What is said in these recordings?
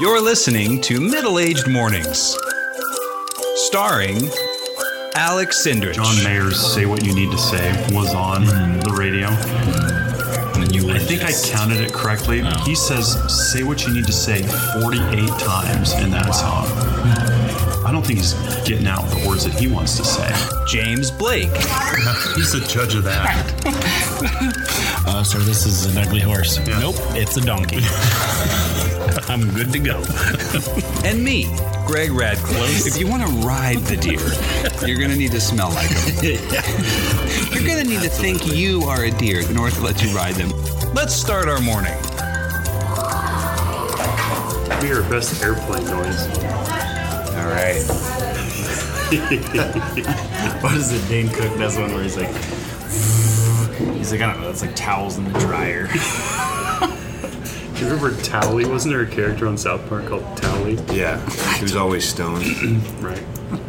You're listening to Middle Aged Mornings, starring Alex Sindrich. John Mayer's "Say What You Need to Say" was on the radio. I think I counted it correctly. He says "Say What You Need to Say" 48 times in that song. I don't think he's getting out the words that he wants to say. James Blake, He's the judge of that. Uh, sir, this is an ugly horse. Yeah. Nope, it's a donkey. I'm good to go. and me, Greg Radcliffe. If you want to ride the deer, you're going to need to smell like them. You're going to need to think you are a deer in order to let you ride them. Let's start our morning. Be our best airplane noise. All right. What is it, Dane Cook? That's one where he's like, he's like, I don't know, that's like towels in the dryer. Do you remember Towley? Wasn't there a character on South Park called Towley? Yeah, he was always stoned. Right.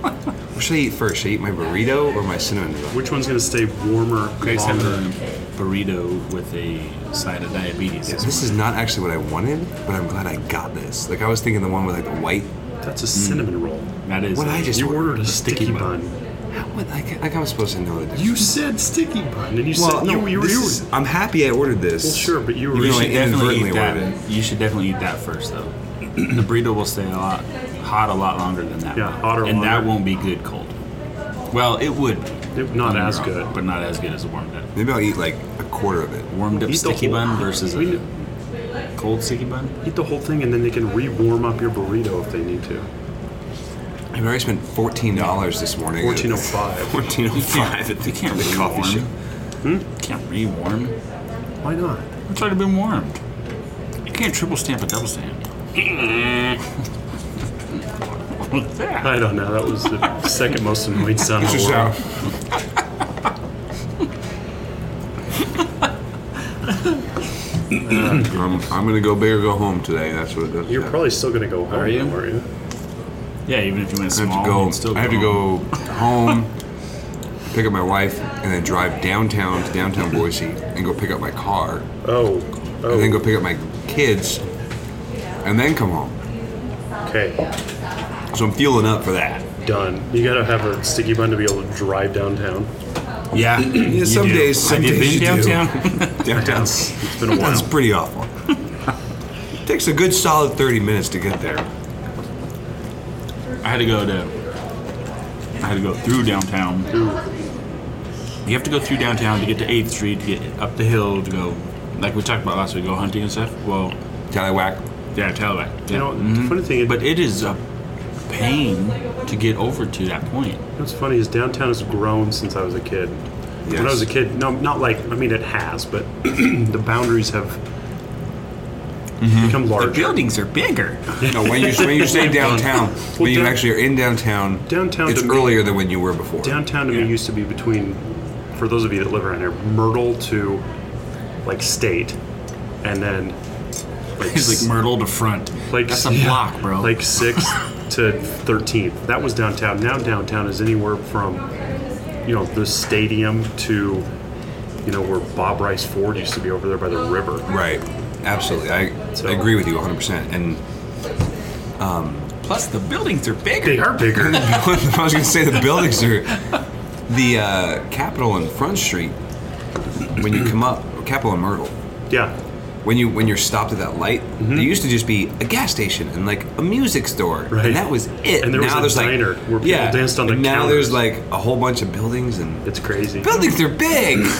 What should I eat first? Should I eat my burrito or my cinnamon roll? Which one's gonna stay warmer Greg's having longer? a burrito with a side of diabetes. This is not actually what I wanted, but I'm glad I got this. Like I was thinking the one with like the white. That's a cinnamon roll. that is. What I just Mm. You ordered, ordered a sticky, bun. How would like, like I was supposed to know the difference? You said sticky bun, and you well, said no, you, you, this you is- I'm happy I ordered this. Well, sure, but you were- Even You though I should definitely inadvertently eat ordered that. it. You should definitely eat that first, though. the burrito will stay a lot hot, a lot longer than that. Yeah, one. hotter, and that longer. won't be good cold. Well, it would. It- not Don't get me as wrong, good. but not as good as a warmed up. Maybe I'll eat like a quarter of it. Warmed up Eat the sticky whole- bun versus we- a cold sticky bun. eat the whole thing, and then they can re-warm up your burrito if they need to. I've already spent fourteen dollars this morning. Fourteen oh five. Fourteen oh You can't, five at the, you can't Hmm? the coffee rewarm. shop. Can't rewarm. Why not? It's already been warmed. You can't triple stamp a double stamp. What's that? I don't know. That was the second most annoying sound. in the Just world. out. I'm, I'm gonna go big or go home today. That's what. That's You're that. probably still gonna go home. Are you? Are you? Yeah, even if you went I small, have to you go. can still I have to go home, pick up my wife, and then drive downtown to downtown Boise and go pick up my car, Oh. Oh. and then go pick up my kids, and then come home. okay. So I'm fueling up for that. Done. You gotta have a sticky bun to be able to drive downtown. Yeah, you some do. days- some Have you days been you do. downtown? Downtown's It's been a while. that's pretty awful. It takes a good solid 30 minutes to get there. I had to go to. I had to go through downtown. You have to go through downtown to get to Eighth Street, to get up the hill, to go, like we talked about last week, go hunting and stuff. Well, Tallywhack. yeah, Talawak. You know, the funny thing is, but it is a pain to get over to that point. What's funny is downtown has grown since I was a kid. When Yes. I was a kid, no, not like I mean it has, but the boundaries have Mm-hmm. become larger. Buildings are bigger. No, when you when you say downtown, when you down- actually are in downtown, Downtown it's to me- earlier than when you were before. downtown to me used to be between, for those of you that live around here, Myrtle to like State, and then like He's like Myrtle to front. like That's a yeah, block, bro. Like sixth to thirteenth. That was downtown. Now downtown is anywhere from you know the stadium to you know where Bob Rice Ford used to be over there by the river. Right. Absolutely. I, So- I agree with you 100%. And plus the buildings are bigger. They are bigger. I was going to say the buildings are the uh, Capitol and Front Street when you come up, Capitol and Myrtle. yeah. When you when you're stopped at that light, Mm-hmm. there used to just be a gas station and like a music store, Right. and that was it. And there was now a there's diner like where people yeah, danced on the and now counters. there's like a whole bunch of buildings and It's crazy. buildings are big. I'm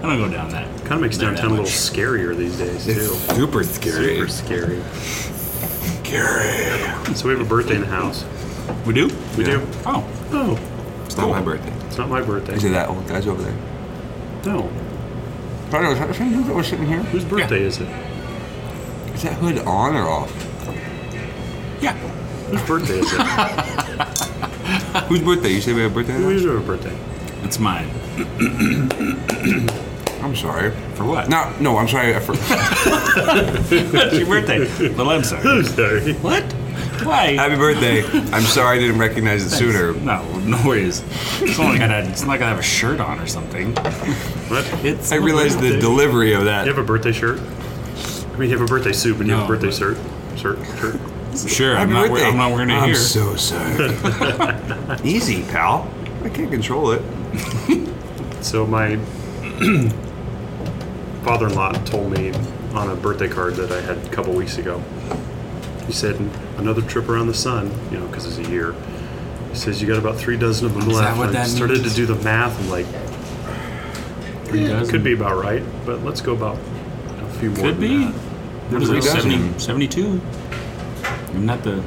gonna go down that. Kind of makes Not that downtown a little much. scarier these days too. It's super scary. Super scary. scary. So we have a birthday in the house. We do? We Yeah. do. Oh. Oh, It's not my birthday. it's not my birthday. Is it that old guy's over there? No. I don't know. Is that who's that was sitting here? Whose birthday is it? Is that hood on or off? Yeah. Whose birthday is it? Whose birthday? You say we have a birthday? we now? usually have a birthday. It's mine. I'm sorry. For what? No, no, I'm sorry. I for- It's your birthday. Well, I'm sorry. I'm sorry. What? Why? Happy birthday. I'm sorry I didn't recognize it sooner. No, no worries. It's not like I it's not like I have a shirt on or something. What? It's I realized the delivery of You that. have a birthday shirt? I mean, you have a birthday suit, but you have a No. birthday shirt. Sir, sir. Sure, I'm not, wear- I'm not wearing it I'm here. so sorry. Easy, pal. I can't control it. So my father-in-law told me on a birthday card that I had a couple weeks ago. He said another trip around the sun, you know, because it's a year. He says you got about three dozen of them Is that left. what I that started means? to do the math. I'm like, "Hmm, dozen? could be about right, but let's go about a few more. Could than be. that." What is Three it? dozen. 70, 72? I'm not the.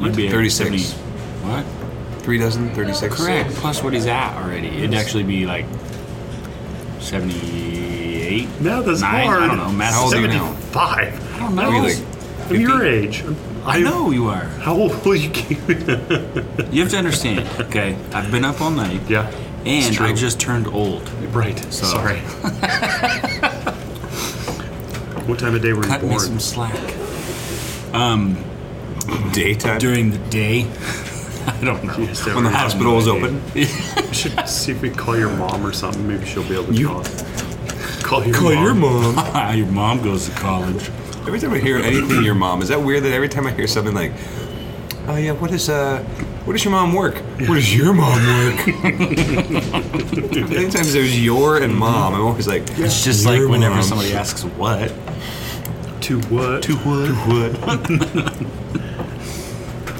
You'd be at 36. 70. What? Three dozen, 36. Correct. Plus what he's at already. It'd actually be like 78. Now that's Nine? hard. I don't know. Math How old are you now? Seventy-five. I don't know. Are you like I'm your age. I know you are. How old will you keep? You have to understand. Okay, I've been up all night. yeah. And true. I just turned old. Right. So- Sorry. what time of day were you Cut me born? some slack. daytime? During the day. I don't know. Yes, there when the we go. hospital is open. We should see if we call your mom or something. Maybe she'll be able to call. Call your mom. mom. Your mom goes to college. Every time I hear anything, your mom. Is that weird that every time I hear something like, oh yeah, what is uh, what does your mom work? What does your mom work? Anytime there's your and mom, I'm always like, It's just Your like whenever mom. somebody asks what. To what? To wood, wood.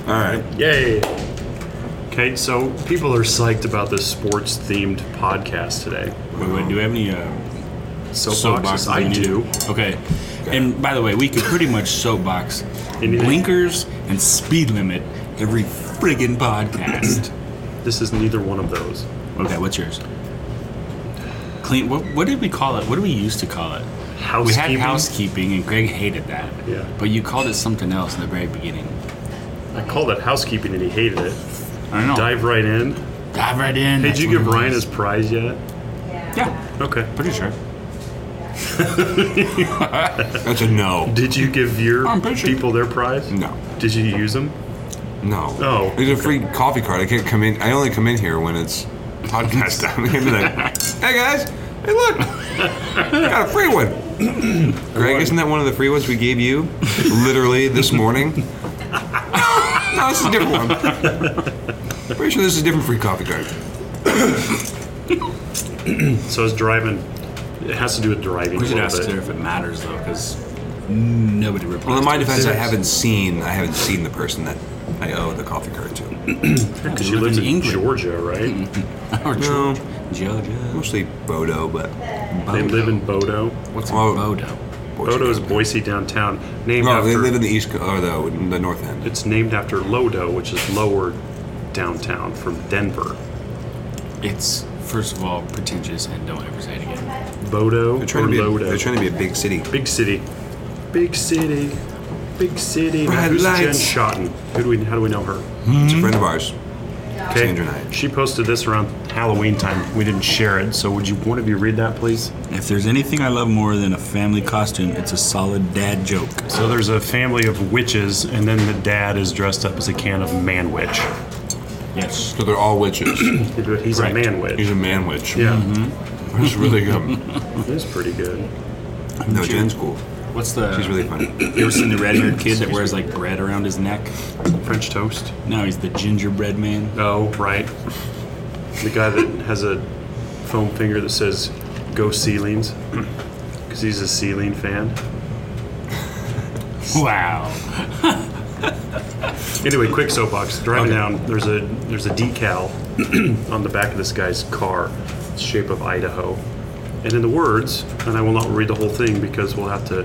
All right. Yay. Okay, so people are psyched about this sports themed podcast today. Wait, wait, do we have any uh, Soapboxes. I we need? do. Okay. And by the way, we could pretty much soapbox Anything. blinkers and speed limit every friggin' podcast. This is neither one of those. okay, what's yours? Clean. What, what did we call it? What do we used to call it? We Housekeeping. had housekeeping, and Greg hated that. Yeah. But you called it something else in the very beginning. I called it housekeeping and he hated it. I don't know. Dive right in. Hey, Dive right in. did you give Ryan his prize yet? Yeah, Okay. pretty sure. That's a no. Did you give your I'm pretty sure- people their prize? No. Did you use them? No. Oh, It's a free coffee card. I can't come in. I only come in here when it's podcast time. I can't be like, hey guys, hey look, I got a free one. Greg, isn't that one of the free ones we gave you literally this morning? no, this is a different one. Pretty sure this is a different free coffee card. So I was driving. It has to do with driving. We should a ask little her bit. if it matters though, because nobody replies. Well, in my defense, I Yes. haven't seen. I haven't seen the person that I owe the coffee card to. Because she lives in Georgia, right? Hmm. Or No. Georgia. Mostly Bodo, but They live in Bodo. What's a Well, Bodo? Bodo is Boise downtown. Named No, after they live in the east co- or the, the north end. it's named after Lodo, which is lower downtown from Denver. It's first of all pretentious, and don't ever say it again. Bodo They're or trying, to be a, Lodo. they're trying to be a big city. Big city. Big city. Big city. Now, Bright who's Jen lights. Schotten? Who do we, how do we know her? It's a friend of ours. Sandra Okay. Knight. She posted this around Halloween time. We didn't share it, so would you one of you read that, please? If there's anything I love more than a family costume, it's a solid dad joke. So there's a family of witches, and then the dad is dressed up as a can of man witch. Yes. So they're all witches. He's Mm-hmm. Right. a man witch. He's a man witch. Yeah, It's really good. that's pretty good. No, Jen's cool. What's the? She's really funny. You ever seen the red haired kid that wears like bread around his neck? French toast. No, he's the gingerbread man. Oh, right. The guy that has a foam finger that says "Go ceilings" because he's a ceiling fan. Wow. Anyway, quick soapbox. Driving down, there's a there's a decal on the back of this guy's car, It's shape of Idaho, and in the words, and I will not read the whole thing because we'll have to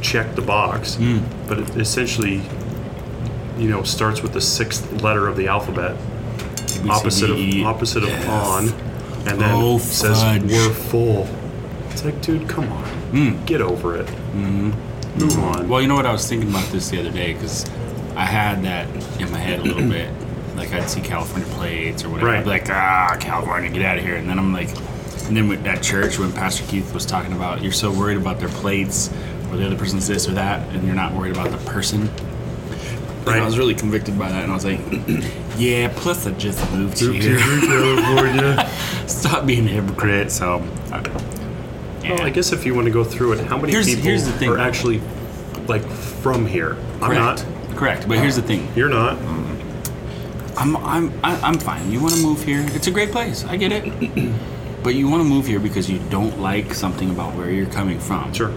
check the box. Hmm. But it essentially, you know, starts with the sixth letter of the alphabet, opposite of opposite of on, and then Oh, says fudge. we're full. It's like, dude, come on, Hmm. get over it, Mm-hmm. move on. Well, you know what? I was thinking about this the other day because I had that in my head a little bit. Like I'd see California plates or whatever. Right. I'd be like, ah, California, get out of here. And then I'm like, and then with- at church when Pastor Keith was talking about, you're so worried about their plates or the other person's this or that, and you're not worried about the person. Right. Right. I was really convicted by that, and I was like, yeah. Plus, I just moved Oopsie, here. California. Stop being a hypocrite. So. I- Well, yeah. I guess if you want to go through it, how many Here's- people here's the thing. are actually like from here. I'm Correct. not. Correct. But here's the thing. You're not. Mm. I'm I'm I- I'm fine. You want to move here? It's a great place. I get it. but you want to move here because you don't like something about where you're coming from. Sure.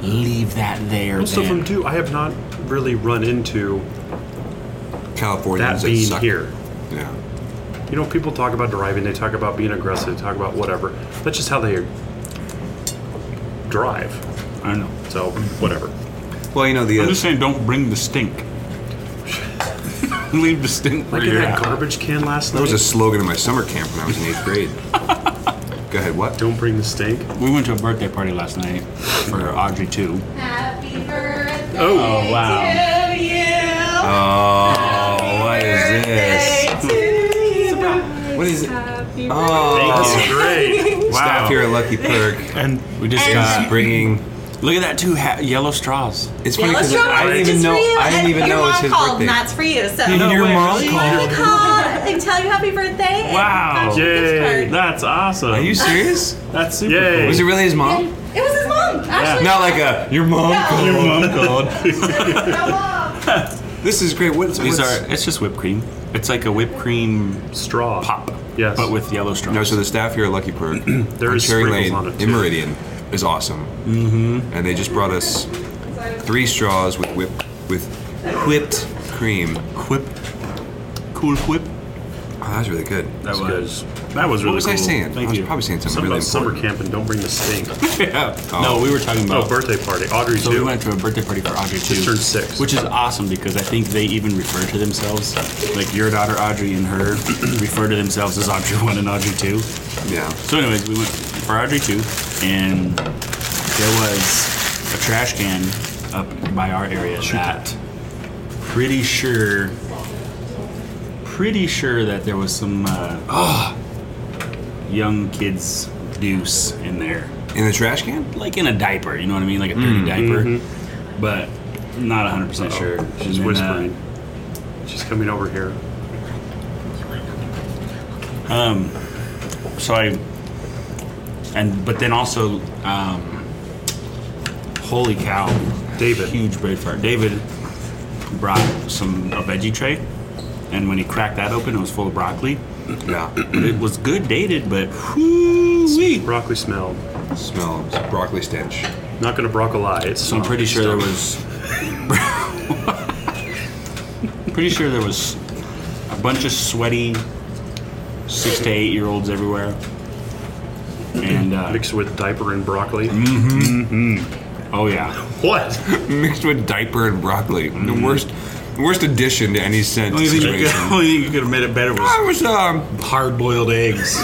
Leave that there. Also, then. from two, I have not really run into California that being suck. here. Yeah. You know, people talk about driving, they talk about being aggressive, talk about whatever. That's just how they drive. I don't know. So, whatever. Well, you know the uh, I'm other, just saying, don't bring the stink. Leave the stink where Like in you're that at. garbage can last that night. was a slogan in my summer camp when I was in eighth grade. Go ahead. What? Don't bring the stink. We went to a birthday party last night for Audrey too. Happy birthday Oh, wow. to you. Oh, what is this? Birthday to you. What is it? Happy Oh, That's great. staff here at Lucky Perk And we just is got. bringing. Look at that two ha- yellow straws. It's birthday. funny because Yellow I didn't strawberry, even just know. for you. I didn't And even your know it was mom his called, birthday. Not for you. So Did your mom Your call? mom called and tell you happy birthday. and Wow. got you a gift Yay. card. That's awesome. Are you serious? That's super Yay. Was it really his mom? It was his mom. Actually, Not like a your mom. No. called?" no mom. This is great. What's, These what's- are. It's just whipped cream. It's like a whipped cream Straw. pop. Yes. But with yellow straws. No, so the staff here at Lucky Perk there is Cherry sprinkles Lane on it, in too. Meridian is awesome. Mm-hmm. And they just brought us three straws with whip with whipped cream. whip. Cool whip. Oh, that was really good. That It's was. good. That was what really was I cool. saying? Thank I was you. probably saying something, Something really about summer important. camp and don't bring the stink. yeah. No, we were talking about. Oh, birthday party. Audrey, So we too. went to a birthday party for Audrey too. turned six. Which is awesome because I think they even refer to themselves, like your daughter Audrey and her refer to themselves as Audrey 1 and Audrey 2. Yeah. So anyways, we went for Audrey 2 and there was a trash can up by our area that pretty sure pretty sure that there was some uh, young kids deuce in there In the trash can? like in a diaper, you know what I mean? Like a dirty Mm-hmm. diaper. But not 100% sure. And Oh, She's then, uh, whispering. She's coming over here. so I, and, but then also, um, holy cow. David. Huge braid fart. David brought some, a veggie tray. And when he cracked that open, it was full of broccoli. Yeah. It was good dated, but whoo Broccoli smell. Smells broccoli stench. Not going to broccoli. It's So I'm pretty sure there was. pretty sure there was a bunch of sweaty six to eight year olds everywhere, and uh, Mixed with diaper and broccoli. Mm-hmm. oh yeah, What? Mixed with diaper and broccoli. The worst worst addition to any scent only thing, you could, situation. only thing you could have made it better I was was um hard boiled eggs. I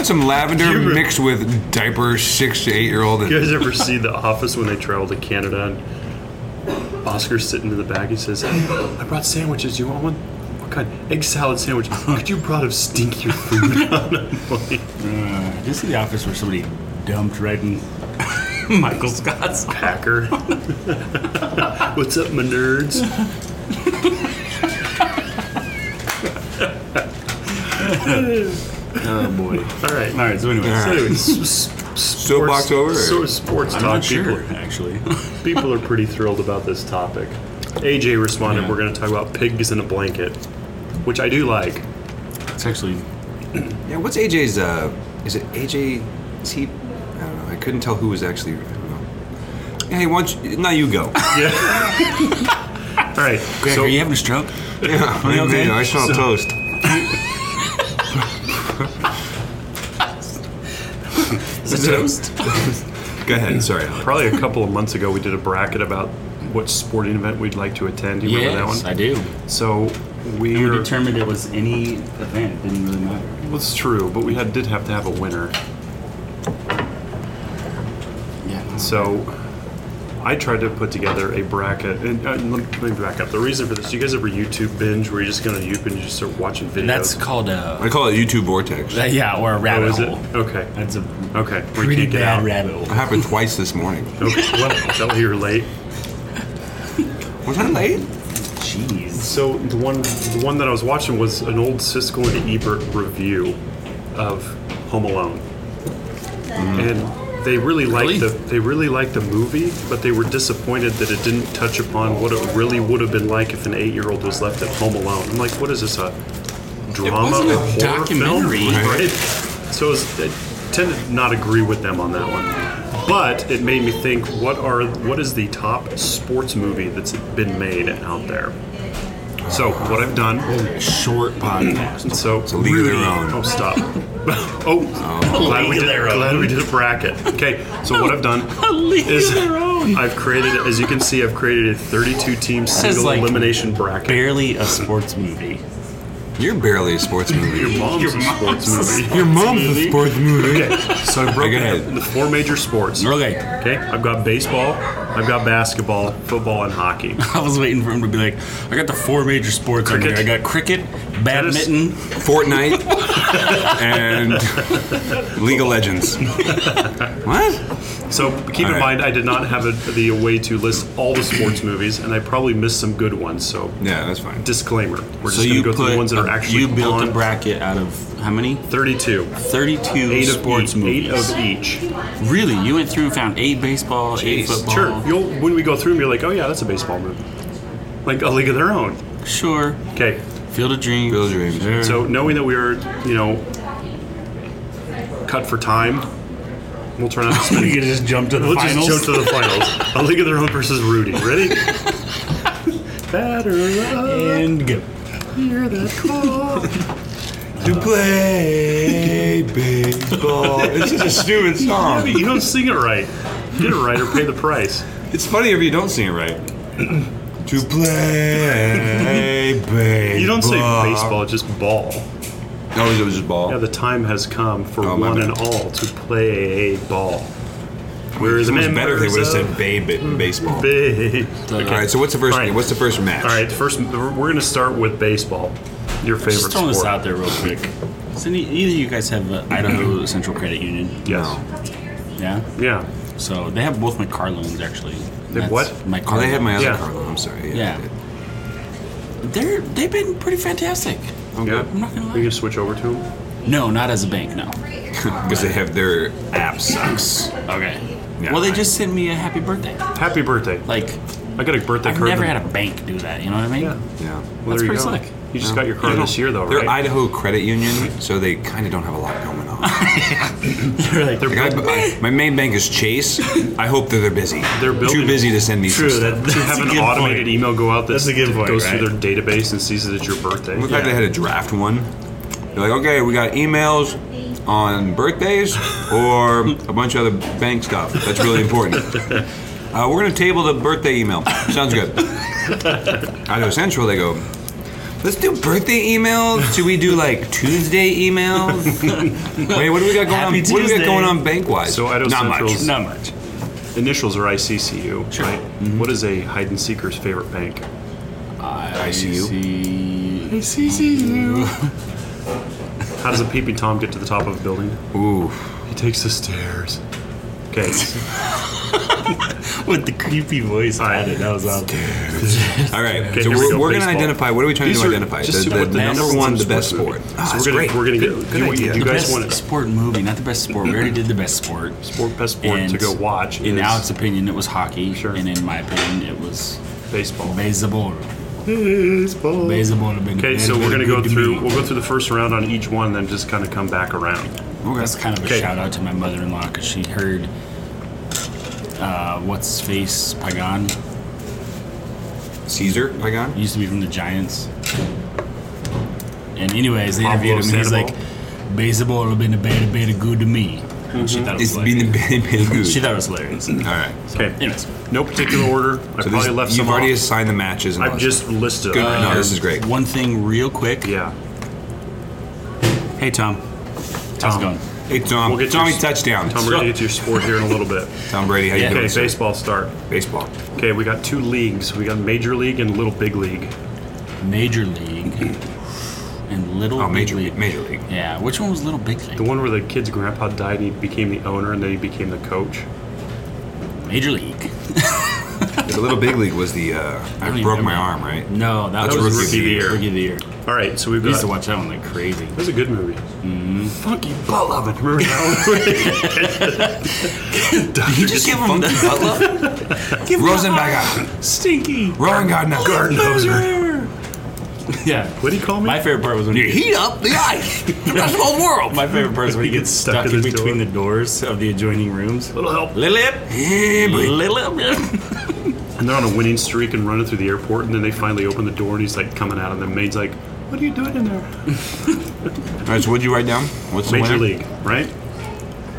had some lavender mixed with diaper six to eight year old and You guys ever see The Office when they travel to Canada and Oscar's sitting in the back? He says, I brought sandwiches. You want one? What kind? Egg salad sandwich. Could you brought of stinky food? This is the office where somebody dumped right in Michael Scott's. Packer. What's up, my nerds? Oh boy! All right. All right, so anyway, So, I'm anyways, s- s- Soapbox sports, over, or- so- sports not talk. sure People, actually. people are pretty thrilled about this topic. AJ responded, Yeah. We're going to talk about pigs in a blanket, which I do like. It's actually Yeah, what's AJ's? Uh, is it AJ? Is he? I don't know. I couldn't tell who was actually. I don't know. Hey, why don't you, now you go. All right. so are you having a stroke? yeah, you okay? I smell toast. Is it toast? Go ahead. Sorry. Alex. Probably a couple of months ago, we did a bracket about what sporting event we'd like to attend. Do you remember that Yes, one? I do. So we We were. determined it was any event. It didn't really matter. That's true, but we had, did have to have a winner. Yeah. So I tried to put together a bracket. And uh, let me back up. The reason for this, you guys ever YouTube binge where you're just going to YouTube and just start watching videos? That's called a I call it YouTube vortex. That yeah, or a Oh, rabbit is it? hole. Okay. That's a Okay. we pretty can't get bad out. rabbit hole. Oh, happened twice this morning. Okay. Well, is that why you're late? Was I late? Jeez. So the one, the one that I was watching was an old Siskel and Ebert review of Home Alone, and they really liked Really? the they really liked the movie, but they were disappointed that it didn't touch upon what it really would have been like if an eight year old was left at home alone. I'm like, what is this a drama wasn't a or horror documentary. film? Right. So it, was, I tend to not agree with them on that one, but it made me think: what are what is the top sports movie that's been made out there? So what I've done. Short podcast. So a league of their own. Oh, stop. oh, glad, we League of did, their own. glad we did a bracket. Okay, so what I've done league of is their own. I've created, as you can see, I've created a 32 team single like elimination bracket. Barely a sports movie. You're barely a sports movie. Your mom's Your a sports mom's- movie. Your mom's a sports movie. Okay, so I've broken Okay. it into four major sports. Okay. Okay, I've got baseball, I've got basketball, football, and hockey. I was waiting for him to be like, I got the four major sports on here. Cricket. I got cricket, badminton, Fortnite and League of Legends. What? So All keep in right. mind, I did not have a, the way to list all the sports movies, and I probably missed some good ones. So Yeah, that's fine. disclaimer: we're just going to go through the ones that are a- actually you built on a bracket out of how many? 32. 32 Eight of sports each. Eight movies. of each. Really, you went through and found eight baseball, eight Jeez. football. Sure. You'll, when we go through them, you're like, oh yeah, that's a baseball movie. Like a league of their own. Sure. Okay. Field of Dreams. Field of Dreams. Sure. So knowing that we are, you know, cut for time, we'll try not to spend. you could just jump to the we'll finals. just jump to the finals. a league of their own versus Rudy. Ready? Batter up. and go. Hear that call. To play baseball. It's just a stupid song. you don't sing it right. Get it right or pay the price. It's funny if you don't sing it right. to play baseball. You don't say baseball, it's just ball. No, it was just ball. Yeah, the time has come for Oh, one my and bad. all to play a ball. Where is It's the much better if they would have members said of babe baseball. big? All right, so what's the first? All right. What's the first match? All right, first we're going to start with baseball. Your favorite Just throwing sport? this out there real quick. So any, either of you guys have uh, Idaho Central Credit Union? Yes. Yeah. Yeah. So they have both my car loans actually. They have That's what? My car. Oh, they have my other Yeah. card. though, I'm sorry. Yeah. They're they've been pretty fantastic. I'm Yeah. not gonna We lie. can switch over to him. No, not as a bank. No. Because they have their app sucks. Okay. Yeah, well, they I- just sent me a happy birthday. Happy birthday! Like I got a birthday I've card. never had a bank do that. You know what I mean? Yeah. Yeah. Well, That's there you pretty go. slick. You just got your card this year, though, They're right? Idaho Credit Union, so they kind of don't have a lot going on. Like, They're like, They're I- built- I- my main bank is Chase. I hope that they're busy. They're too building- busy to send me. True, Some that- stuff. that's to have a an good automated point. email go out that That's a good point, goes through right? their database and sees that it's your birthday. Looked like they had a draft one. They're like, okay, we got emails on birthdays or a bunch of other bank stuff. That's really important. Uh, we're gonna table the birthday email. Sounds good. Idaho Central, they go. Let's do birthday emails. Should we do like Tuesday emails? Wait, what do we got going Happy on? What do we Tuesday. got going on bank wise? So Idaho Not much. Central's- not much. Initials are ICCU, right? What is a hide and seeker's favorite bank? I see you. See, How does a peeping tom get to the top of a building? Ooh. He takes the stairs. Okay. with the creepy voice added, that uh, was out All right. Okay, so here we we're, go, we're gonna baseball. identify. What are we trying These to are identify? just The, what the, the number best one, the sports best movie. sport. So Ah, we're that's gonna great. we're gonna get good you, idea. you The guys best want it. sport movie, not the best sport. We already did the best sport. Sport best sport to go watch In is Alex's opinion, it was hockey. Sure. And in my opinion, it was baseball. baseball. Baseball. Baseball would have been Okay, that'd so have we're been gonna go good to through. me. We'll go through the first round on each one, then just kind of come back around. That's kind of a Okay. shout out to my mother in law because she heard uh, what's his face Pagan Caesar Pagan. used to be from the Giants. And anyways, they Pablo interviewed him. and He's Sandoval. like, baseball would have been a better, better good to me. And She thought it Mm-hmm. It's was been hilarious. been been good. Mm-hmm. She thought it was hilarious. All right. Okay, Anyways, no particular order. I So probably these- left you've some already off. assigned the matches. And all I've that just stuff. listed. Good. them. no, this is great. Um, one thing real quick. Yeah. Hey Tom, how's it going? Hey Tom. We'll get Tommy your- touchdown. Tom, we're gonna get to your sport here in a little bit. Tom Brady. How you Yeah. doing? Okay, sir? baseball start. Baseball. Okay, we got two leagues. We got Major League and Little Big League. Major League and Little Oh, Big major League. league. Major league. Yeah, which one was Little Big The League? one where the kid's grandpa died and he became the owner and then he became the coach. Major League. The little big league was the uh, I, don't even broke my remember. arm, right? No, that That's was Rookie of the Year. Rookie of the year. All right, so we've We used got. to watch that one like crazy. That was a good movie. Funky butt loving. Remember that one? You just give him Butler, Rosenberger, Stinky. Rowan Gardner, Garden Hoser. Yeah. what do you call me? My favorite part was when you Heat up the ice. That's the whole world. My favorite part is when he gets Stuck stuck in in the between door. the doors of the adjoining rooms. Little help. Lilip, Yeah, boy. Mm-hmm. Lilip. And they're on a winning streak and running through the airport, and then they finally open the door, and he's like coming out, and the maid's like, "What are you doing in there?" All right, so what'd you write down? What's the Major winner? League, right?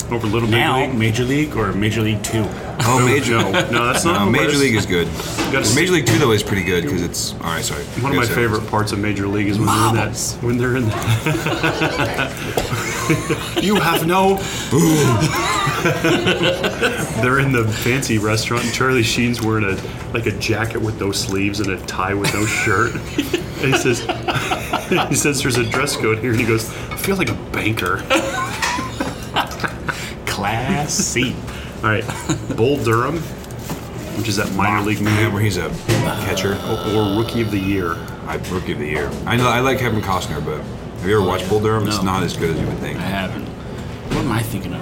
Over Little Big Now, League. Major League or Major League Two? Oh, Major. No, no, that's not. No, on the Major list. League is good. Gotta Major League Two though is pretty good because it's uh, all right. Sorry. One of You my guys said it was- favorite parts of Major League is when they're in that. When they're in that. you have no. they're in the fancy restaurant. And Charlie Sheen's wearing a like a jacket with no sleeves and a tie with no shirt. and he says, he says, "There's a dress code here," and he goes, "I feel like a banker." Class C. All right, Bull Durham, which is that minor league Yeah, movie, where he's a Oh, catcher. or Rookie of the Year. I rookie of the year. I know I like Kevin Costner, but have you ever watched Bull Durham? It's No. not as good as you would think. I haven't. What am I thinking of?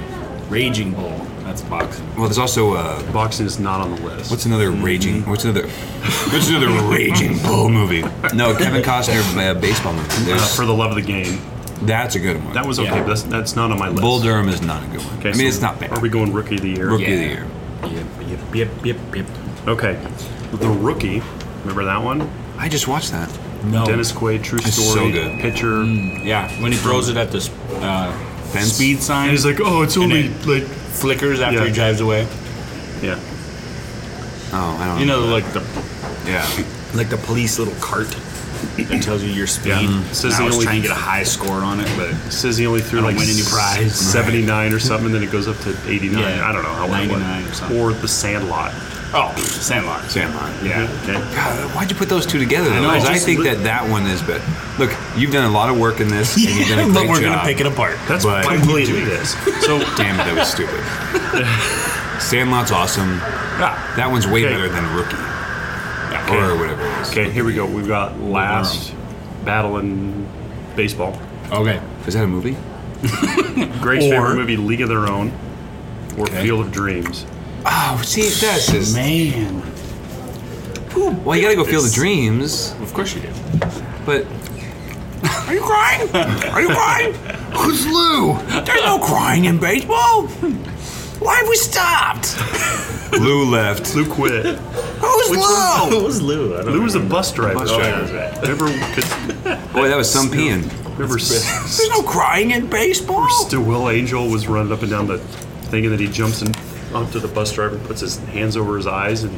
Raging Bull. That's boxing. Well, there's also uh, Boxing is not on the list. What's another raging? Mm-hmm. What's another? What's another raging bull movie? No, Kevin Costner uh, baseball movie. uh, There's- for the love of the game? that's a good one. That was okay, Yeah. but that's, that's not on my list. Bull Durham is not a good one. Okay, I mean, so it's not bad. Are we going Rookie of the Year? Rookie of the Yeah. year. Yep, yep, yep, yep, yep. Okay, the Rookie. Remember that one? I just watched that. No. Dennis Quaid, true It's so story, good. pitcher. Yeah, when he throws it at the uh, Fence? speed sign, And he's like, oh, it's And only it- like flickers after Yeah. he drives away. yeah. Oh, I don't. You know, like the Yeah. Um, like the police little cart that tells you your speed. Yeah. Yeah. Says I the was only- trying to get a high score on it, but Says he only threw I don't like win any prize. seventy nine or something, then it goes up to eighty nine. Yeah, I don't know how old it was. 99 or something. Or the Sandlot. oh, Sandlot. Sandlot. Yeah. Okay. God, why'd you put those two together? Though? know, Because I, just think li- that that one is better. Look, you've done a lot of work in this, and you've done a but great we're job. gonna pick it apart. That's But- why we do this. So Damn it, that was stupid. Sandlot's awesome. That one's way Okay. better than Rookie Okay. or whatever it is. Okay, here we go. We've got last battle in baseball. Okay. Is that a movie? Greg's Or- favorite movie, League of Their Own, or Okay. Field of Dreams. Oh, see, that's just. Man. Well, you gotta go Field of Dreams, Of course you do. but. Are you crying? Are you crying? Who's Lou? There's no crying in baseball. Why have we stopped? Lou left. Lou quit. Who's Lou? was Lou? I don't Lou was a bus driver. Oh, Bus driver. Remember, could- Boy, that was some peeing. remember S- There's no crying in baseball. Stu Will Angel was running up and down the thing, and then he jumps in onto the bus driver, puts his hands over his eyes, and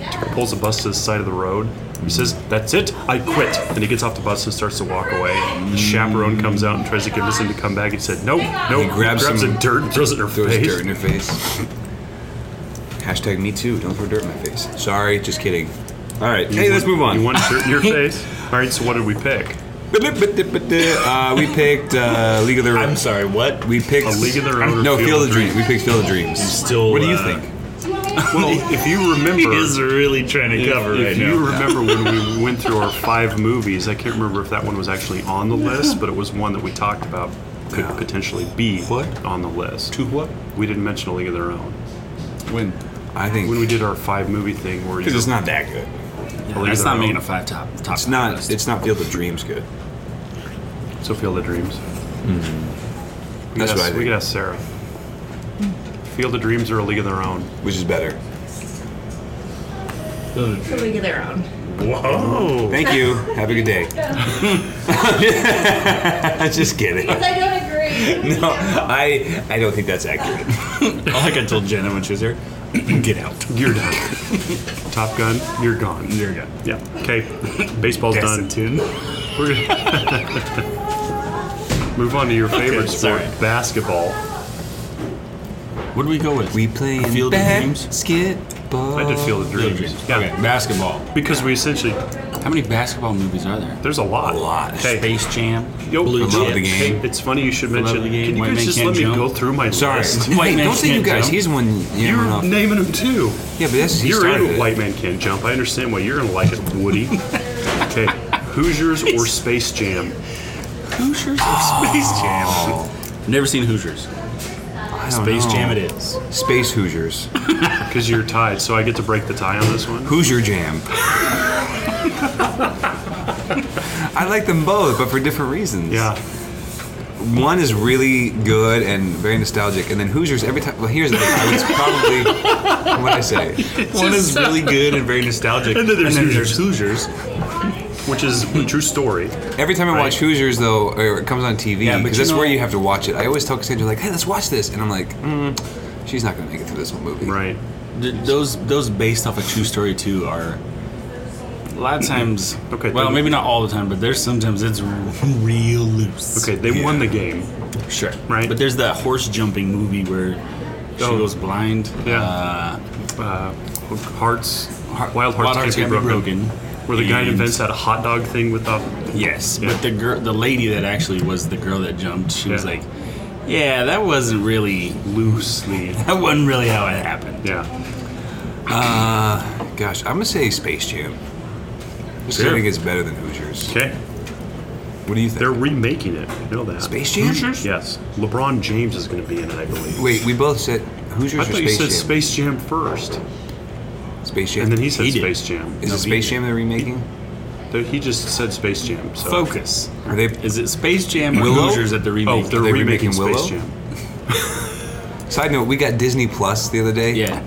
t- pulls the bus to the side of the road. He says, "That's it, I quit." And he gets off the bus and starts to walk away. The chaperone comes out and tries to convince him to come back. He said, "Nope, nope." grabs grabs some- a dirt and throws it in her Throws face. dirt in your face. Hashtag me too. Don't throw dirt in my face. Sorry, just kidding. All right. hey, let's move on. You want dirt in your face? All right. So what did we pick? uh, we picked uh, League of Their Own. I'm sorry, what? We picked A League of Their Own or No, Field Field of of Dreams. We picked Field of Dreams. Still, what do you uh, think? Well, if you remember, really trying to if, if you remember when we went through our five movies, I can't remember if that one was actually on the list, but it was one that we talked about could potentially be What? on the list. To what? We didn't mention A League of Their Own When? I think when we did our five movie thing. Where because it's not that good. League That's of Their not making Own. a five top. top It's not. It's not Field of Dreams good. So Field of Dreams. We That's what could I ask- We think. could ask Sarah. Field of Dreams or A League of Their Own? Which is better. So we get their own. Whoa! Thank you. Have a good day. just kidding. No, I don't agree. I I don't think that's accurate. All I can tell Jenna when she was there, get out. You're done. Top Gun, you're gone. There you go. Yeah. Okay. Baseball's done. Destitute. We're gonna move on to your favorite Okay, sport, sorry. basketball. What do we go with? We play Field of Dreams. skit Basketball. I did feel the Little dreams. dreams. Yeah, Oh, Okay, basketball. because we essentially How many basketball movies are there? there's a lot. A lot. Okay. Space Jam. Yo, Blue Love the Chips. Game. Hey, it's funny you should Love mention. the Game, Can you White guys Man just Can't let me Jump. go through my Sorry. list? Wait, Man don't say you Can't guys. Jump. He's the one You're yammering off. naming them too. Yeah, but that's he You're started into it. White Man Can't Jump. I understand why you're gonna like it, Woody. okay, Hoosiers or Space Jam? Hoosiers. Space Jam. Never seen Hoosiers. I don't Space know. Jam. It is. Space Hoosiers. Because you're tied, so I get to break the tie on this one. Hoosier Jam. I like them both, but for different reasons. Yeah. One is really good and very nostalgic, and then Hoosiers every time. Well, here's the thing. It's probably what I say. One is really good and very nostalgic, And then there's Hoosiers. Hoosiers. Which is a true story. Every time I watch Hoosiers, though, or it comes on TV, Yeah, but because you that's where know- you have to watch it. I always tell Cassandra, like, hey, let's watch this. And I'm like, mm, she's not going to make it through this whole movie. Right. Th- those those based off a true story too are a lot of times. Mm-hmm. Okay, Well, then- maybe not all the time, but there's sometimes it's r- real loose. Okay, they won the game. Sure. Right. But there's that horse jumping movie where she Oh. goes blind. Yeah. Uh, Uh, hearts, wild hearts, Wild Hearts can't, be broken. Where the guy And- invents that hot dog thing with the. Yes, Yeah. but the girl, the lady that actually was the girl that jumped, she was Yeah. like, "Yeah, that wasn't really Loosely. that wasn't really how it happened." Yeah. Gosh, I'm going to say Space Jam. Just 'cause Sure. I think it's better than Hoosiers. Okay. What do you think? They're remaking it. You know that. Space Jam? Yes. LeBron James is going to be in it, I believe. Wait, we both said Hoosiers I or thought Space you said Jam? Space Jam first, Space Jam. and then he said He did. Space Jam. Is it Space Jam they're remaking? There- He just said Space Jam. So. Focus. Are they? Is it Space Jam or Willow? Hoosiers at the Oh, remake? they're Are they remaking, remaking Willow? Space Jam. Side note: We got Disney Plus the other day. yeah,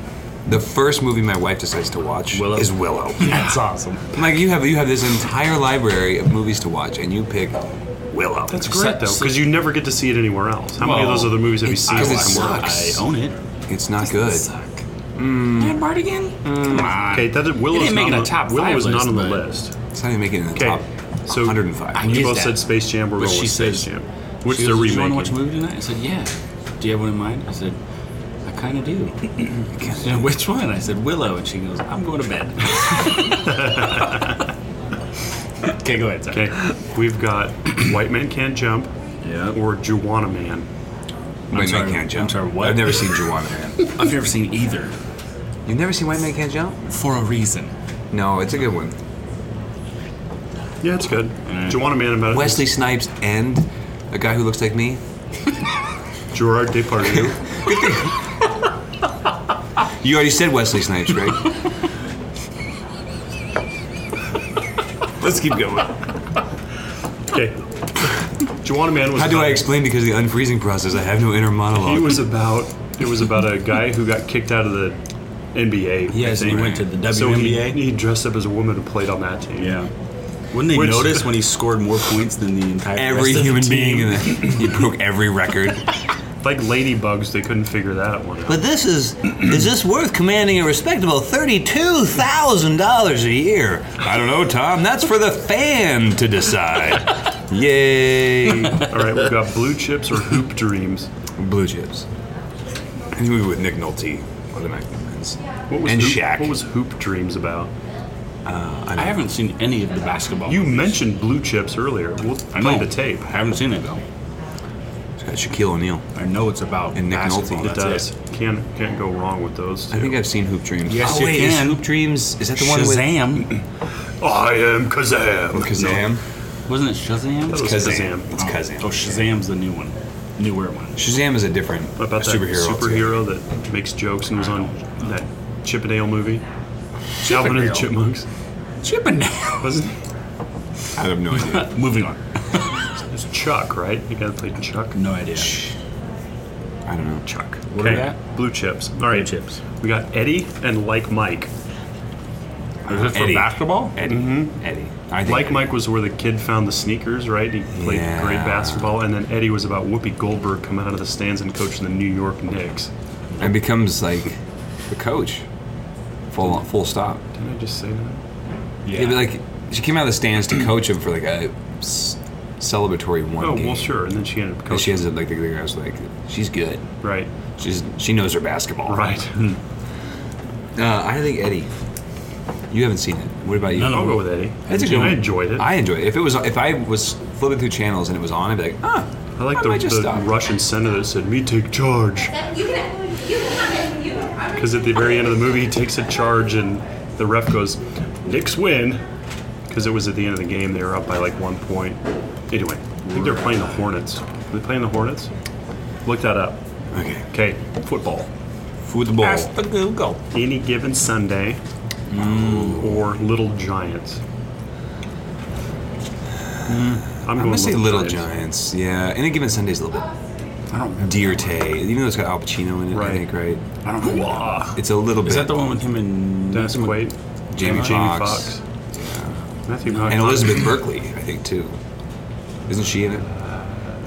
The first movie my wife decides to watch Willow? is Willow. that's awesome. I'm like you have you have this entire library of movies to watch, and you pick Willow. That's So- great though, so- because you never get to see it anywhere else. How many of Well, those other movies have you it's seen? because that it's come out? sucked. I Sucks. own it. Hmm. it's not good. Suck. Matt Bardigan. Come on. Okay, that Willow It didn't is make not it on a the top Willow five was not list, on the but- list. It's not even making it in the Okay, top so 105. I You get both that. said Space Jam. We're But going she with Space said- Jam. Which She they're goes, "Did you want remaking. to watch a movie tonight? I said, yeah. Do you have one in mind? I said, I kind of do. She said, Which one? I said, Willow. And she goes, I'm going to bed. okay, go ahead. Sorry. Okay, we've got White Man Can't Jump Yeah. or Juana Man. White Man sorry, Can't Jump. I'm sorry, what? I've never seen Juana Man. I've never seen either You've never seen White Man Can't Jump? for a reason. No, it's a good one. Yeah, it's good. Juana Man about Wesley Snipes and a guy who looks like me. Gerard Depardieu. You already said Wesley Snipes, right? Let's keep going. okay, Juana Man was. How do I about- explain because of the unfreezing process? I have no inner monologue. He was about. It was about a guy who got kicked out of the NBA. Yes, and he went to the WNBA. So he, he dressed up as a woman and played on that team. yeah. Wouldn't they Which- notice when he scored more points than the entire every rest of the human team? being in the he broke every record. Like ladybugs, they couldn't figure that one out. But this is is this worth commanding a respectable thirty-two thousand dollars a year? I don't know, Tom. That's for the fan to decide. Yay! All right, we've got blue chips or hoop dreams. Blue chips. Any movie with Nick Nolte or the Magnumans. What was And hoop, Shaq. What was hoop dreams about? I haven't seen any of the basketball. You movies. mentioned blue chips earlier. We'll play I know the tape. I haven't seen it though. It's got Shaquille O'Neal. I know it's about And Nick Nolte. basketball. It That's does. Can't can't go wrong with those. Two. I think I've seen Hoop Dreams. Yes, oh, you wait, is can. Hoop Dreams is that the one Shazam. I am Kazam. with Kazam? Wasn't it Shazam? That was Kazam. It's Oh. Kazam. Oh, Shazam's the new one, newer one. Shazam is a different About that superhero. altogether. superhero that makes jokes and was on that Chip and Dale movie. Calvin and the Dale. Chipmunks. Chippendale. Wasn't I have no idea. Moving on. it was Chuck, right? You gotta play Chuck. No idea. I don't know. Chuck. What are we at? Blue chips. All right. chips. We got Eddie and Like Mike. Is this Eddie. for basketball? Eddie. Eddie. I think Like Mike was where the kid found the sneakers, right? He played Yeah. great basketball, and then Eddie was about Whoopi Goldberg coming out of the stands and coaching the New York Knicks. and becomes like the coach. Full full stop. Didn't I just say that? Yeah. but like she came out of the stands to coach him for like a s- celebratory one Oh game. well, sure. And then she ended up And she has coaching. a, like the guy was like, she's good. right, She's she knows her basketball. right. Uh, I think Eddie. You haven't seen it. What about you? I'll go with Eddie. That's a good I one. enjoyed it. I enjoy it. If it was, if I was flipping through channels and it was on, I'd be like, ah, I like I the, might just the stop. Russian senator that said, "Me take charge," That- You can, you can, you can. because at the very end of the movie, he takes a charge, and the ref goes, "Knicks win," because it was at the end of the game. They were up by like one point. Anyway, I think they're playing the Hornets. Are they playing the Hornets? Look that up. okay, Okay, football. football. the Google. Any given Sunday, mm, or Little Giants. I'm I'm going gonna say Little Little Giants. Giants. Yeah, any given Sunday's a little bit. I don't. Deer Tay, even though it's got Al Pacino in it, Right. I think, right? I don't know. It's a little bit. Is that the one with him and Dennis Quaid, Jamie Jamie Foxx. Foxx, Matthew And McConaughey. Elizabeth Berkley, I think, too. Isn't she in it?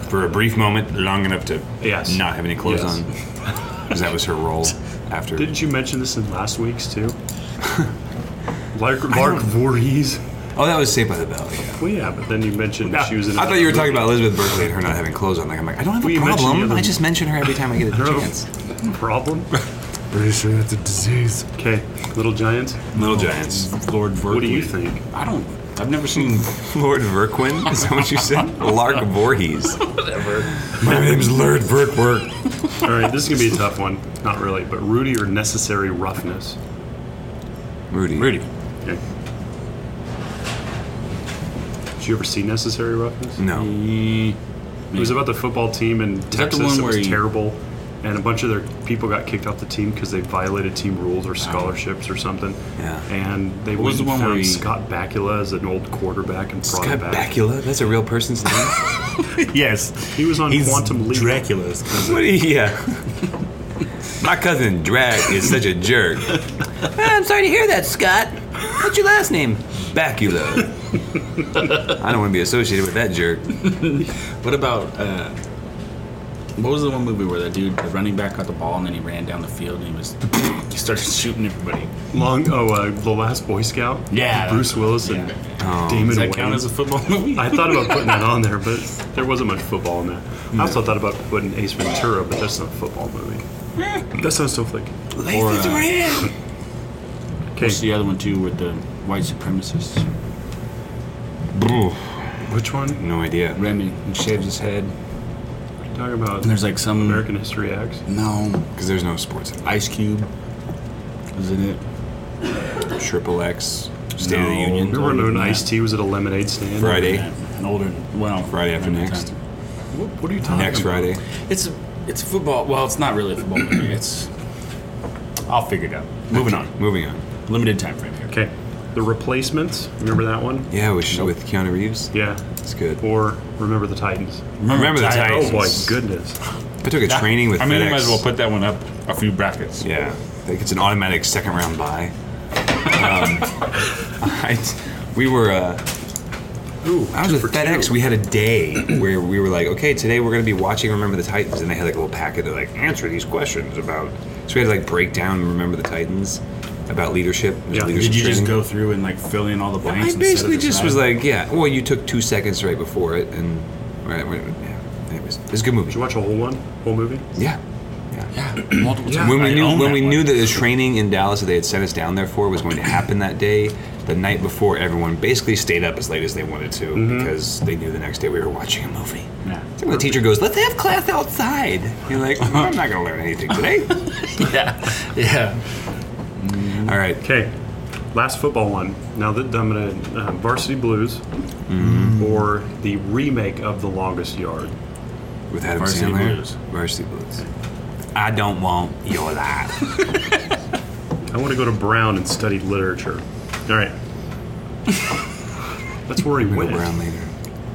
For a brief moment, long enough to Yes. not have any clothes Yes. on. Because that was her role after. Didn't you mention this in last week's too? Lark, Lark Voorhees. oh, that was Saved by the Bell, yeah. Well, yeah, but then you mentioned she was in. I another thought you were talking movie. about Elizabeth Berkley and her not having clothes on. Like, I'm like, I don't have Well, a you mentioned the problem. other- I just mention her every time I get a I don't chance. have a problem. Pretty sure that's a disease. Okay, Little Giants. Little Giants. Lord Verkley? What do you think? I don't. I've never seen. Lord Verquin? Is that what you said? Lark Voorhees. Whatever. My name's Lord Verkwerk. All right, this is gonna be a tough one. Not really, but Rudy or necessary roughness. Rudy. Rudy. Okay. Did you ever see Necessary Roughness? No. Mm, It was about the football team in that the Texas. one It was where you- terrible, and a bunch of their people got kicked off the team because they violated team rules or scholarships or something. Yeah. And they What was went and the one where found you- Scott Bakula as an old quarterback and brought Scott him back. Bakula? That's a real person's name? Yes. He was on Quantum Leap. Dracula's. cousin. What do you, yeah. My cousin Drag is such a jerk. Ah, I'm sorry to hear that, Scott. What's your last name? Bacula. I don't want to be associated with that jerk. What about uh, what was the one movie where that dude, the running back, got the ball and then he ran down the field and he was he started shooting everybody. Long. Oh, uh, the last Boy Scout. Yeah. Bruce Willis and Yeah. Oh, Damon Does that Wayne. count as a football movie? I thought about putting that on there, but there wasn't much football in that. I also thought about putting Ace Ventura, but that's not a football movie. Hmm. That sounds so flick. or, uh, Okay, what's the other one too with the white supremacists? which one? No idea. Remy, he shaves his head. you talking about And there's like some American History X. no Because there's no sports. in Ice Cube, isn't it? it. Triple X, State of the No. Union. Remember when Yeah. Ice T was at a lemonade stand? Friday. An older well Friday after older next. time. What, what are you talking Next about? Friday. It's a, it's a football. Well, it's not really a football movie. It's I'll figure it out. Moving on. Moving on. Limited time frame here. Okay, The Replacements. Remember that one? Yeah, with, with Keanu Reeves. Yeah. It's good. Or Remember the Titans. Remember the Titans. Oh my goodness. I took a training with I mean, FedEx. you might as well put that one up a few brackets. Yeah, like it's an automatic second round buy. Um, I, we were. Uh, Ooh, I was two with for two. FedEx. We had a day where we were like, okay, today we're going to be watching Remember the Titans, and they had like a little packet that like answer these questions about. So we had to like break down Remember the Titans about leadership. There's Yeah. leadership Did you just training. go through and like fill in all the blanks? I instead of basically just was deciding? like, yeah. Well, you took two seconds right before it, and right, right, yeah. Anyways, it's a good Did you movie. watch a whole one? Whole movie? Yeah. yeah, multiple times. When we I knew own when we one. knew that the training in Dallas that they had sent us down there for was going to happen that day, the night before, everyone basically stayed up as late as they wanted to because they knew the next day we were watching a movie. Mm-hmm. Yeah. It's like when the teacher goes, "Let's have class outside." You're like, "I'm not going to learn anything today." yeah, yeah. All right, Okay, last football one. Now that I'm gonna uh, Varsity Blues Mm. or the remake of The Longest Yard. with Adam Varsity Sandler, Blues. Varsity Blues. I don't want your life. I want to go to Brown and study literature. All right. That's where he We'll went. go around later.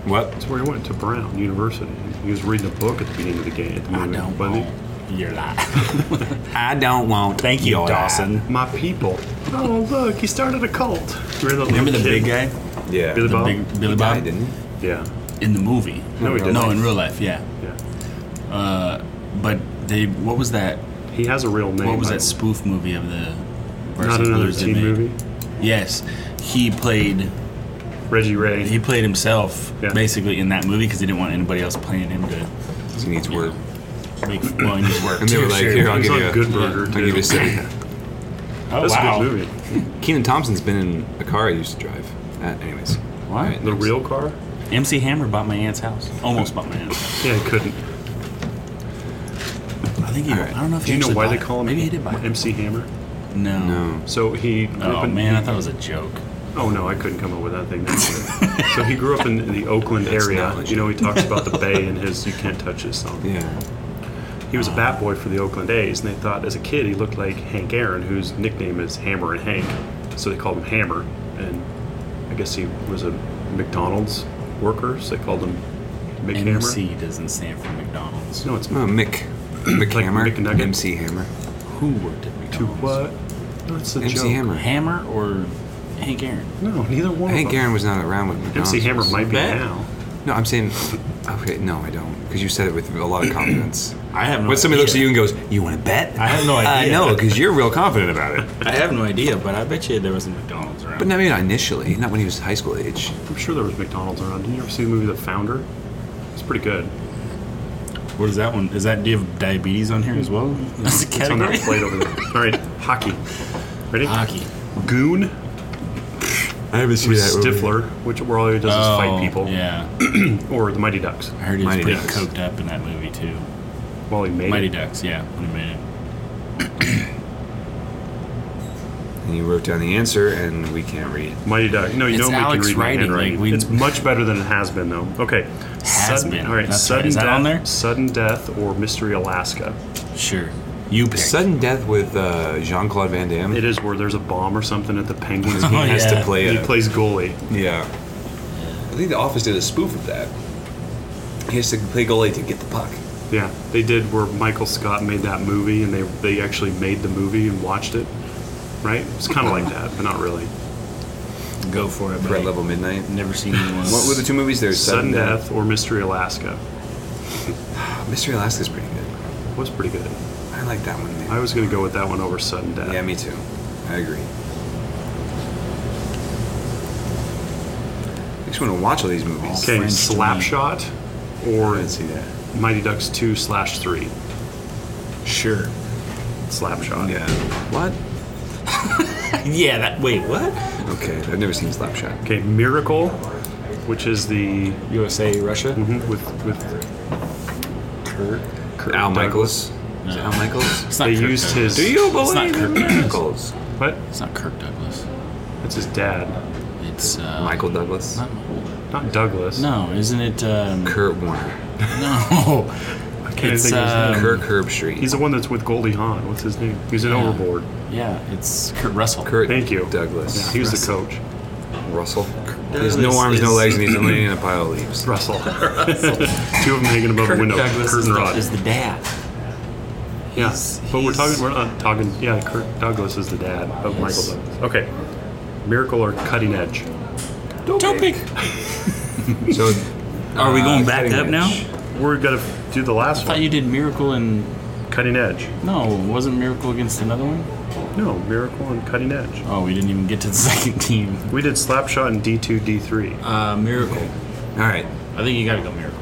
What? That's where he went to Brown University. He was reading a book at the beginning of the game. At the I movie. don't But want your life. I don't want. Thank you, your life. Dawson. My people. Oh look, he started a cult. Remember, Remember the big guy, Yeah. Billy the Bob? big Billy He Bob, died, didn't he? Yeah. in the movie. No, he didn't. No, in real life, yeah. Yeah. But they, what was that? He has a real name. What was I that don't- spoof movie of the? Not Varsity another Blues they teen made? movie. Yes, he played. Reggie Ray. He played himself Yeah. basically in that movie because he didn't want anybody else playing him to He needs work. make well in his work. And they were like, "Here, I'll He was give on you. a- Good I'll Burger too. give you a second. I Oh, That's wow. a good movie. Keenan Thompson's been in a car I used to drive. Uh, anyways. What? All right, The next. real car? MC Hammer bought my aunt's house. Almost bought my aunt's house. Yeah, I couldn't. I think he. All right. I don't know if Do he you know actually why bought they it. call him Maybe he did buy it. MC Hammer? No. No. So he grew Oh up in, man, I thought it was a joke. Oh no, I couldn't come up with that thing. so he grew up in the Oakland area. knowledge. You know, he talks about the Bay and his "You Can't Touch This" song. Yeah. He was a bat boy for the Oakland A's, and they thought as a kid he looked like Hank Aaron, whose nickname is Hammer and Hank, so they called him Hammer. And I guess he was a McDonald's worker, so they called him Mick MC doesn't stand for McDonald's. Hammer. No, it's Oh, Mick. Mick Like Hammer. McNugget? MC Hammer. Who worked at to McDonald's? what? No, it's a MC joke. Hammer. Hammer or Hank Aaron? No, neither one. Hank of them. Aaron was not around with McDonald's. MC Hammer might be Bet. now. No, I'm saying. Okay, no, I don't. Because you said it with a lot of confidence. I have no. When somebody looks at idea. you and goes, "You want to bet?" I have no I idea. know, because you're real confident about it. I have no idea, but I bet you there was a McDonald's around. But no, maybe not initially. Not when he was high school age. I'm sure there was McDonald's around. Didn't you ever see the movie The Founder? It's pretty good. What is that one? Is that do you have diabetes on here as well? That's a It's on category. that plate over there. All right, hockey. Ready? Hockey. Goon. I haven't seen With Stifler, which where all he does is Oh, fight people, Yeah, or the Mighty Ducks. I heard he was Mighty pretty Ducks. coked up in that movie too. Well, he made Mighty it. Ducks, yeah, when he made it. And you wrote down the answer, and we can't read. Mighty Duck. No, you It's know me can Alex read my writing, handwriting. like, we- It's much better than it has been, though. Okay. Has sudden, been. All right. That's sudden right. Is that death, on there? Sudden death or Mystery Alaska. Sure, you pick. Sudden death with uh, Jean Claude Van Damme. It is where there's a bomb or something at the Penguins game. Oh, he has yeah. to play He a- plays goalie. Yeah. I think The Office did a spoof of that. He has to play goalie to get the puck. Yeah, they did where Michael Scott made that movie, and they they actually made the movie and watched it. Right? It's kind of like that, but not really. Go for it, Red buddy. Level Midnight. Never seen anyone. What were the two movies there? Sudden death or Mystery Alaska Mystery Alaska's pretty good. was pretty good. I like that one. Man. I was gonna go with that one over sudden death. yeah, me too. I agree. I just want to watch all these movies. okay, French Slapshot or Let's see that. Mighty Ducks two slash three. Sure. Slapshot. Yeah. What? Yeah. That. Wait. What? Okay, I've never seen Slapshot. Okay, Miracle, which is the USA Russia. mhm, with with Kirk. Kirk Al Michaels. Douglas. Is it Al Michaels? It's not They Kirk used Douglas. his. Do you It's not believe in Kirk Douglas. miracles? What? It's not Kirk Douglas. That's his dad, It's uh, Michael Douglas. Not Michael. not Douglas. No, isn't it? Um, Kurt Warner. no. I can't It's, think of his uh, name. Kirk Herbstreit. He's the one that's with Goldie Hawn. What's his name? He's in Yeah. Overboard. Yeah, it's Kurt Russell. Kurt Thank you, Douglas. Yeah, he was the coach. Russell. There's no arms, no is- legs, and he's laying in a pile of leaves. Russell. Two of them hanging above Kirk the window. Douglas Kurt is, and the, Rod. is the dad. Yeah, He's- but we're he's- talking. We're not talking. Yeah, Kirk Douglas is the dad of Yes. Michael Douglas. Okay, Miracle or Cutting Edge? Topic. So, Are we uh, going back cutting up edge. now? We're gonna f- do the last I thought one. you did Miracle and Cutting Edge. no, wasn't Miracle against another one? No, Miracle and Cutting Edge. Oh, we didn't even get to the second team. We did Slapshot and D two D three. Uh, Miracle. All right. I think you gotta go Miracle.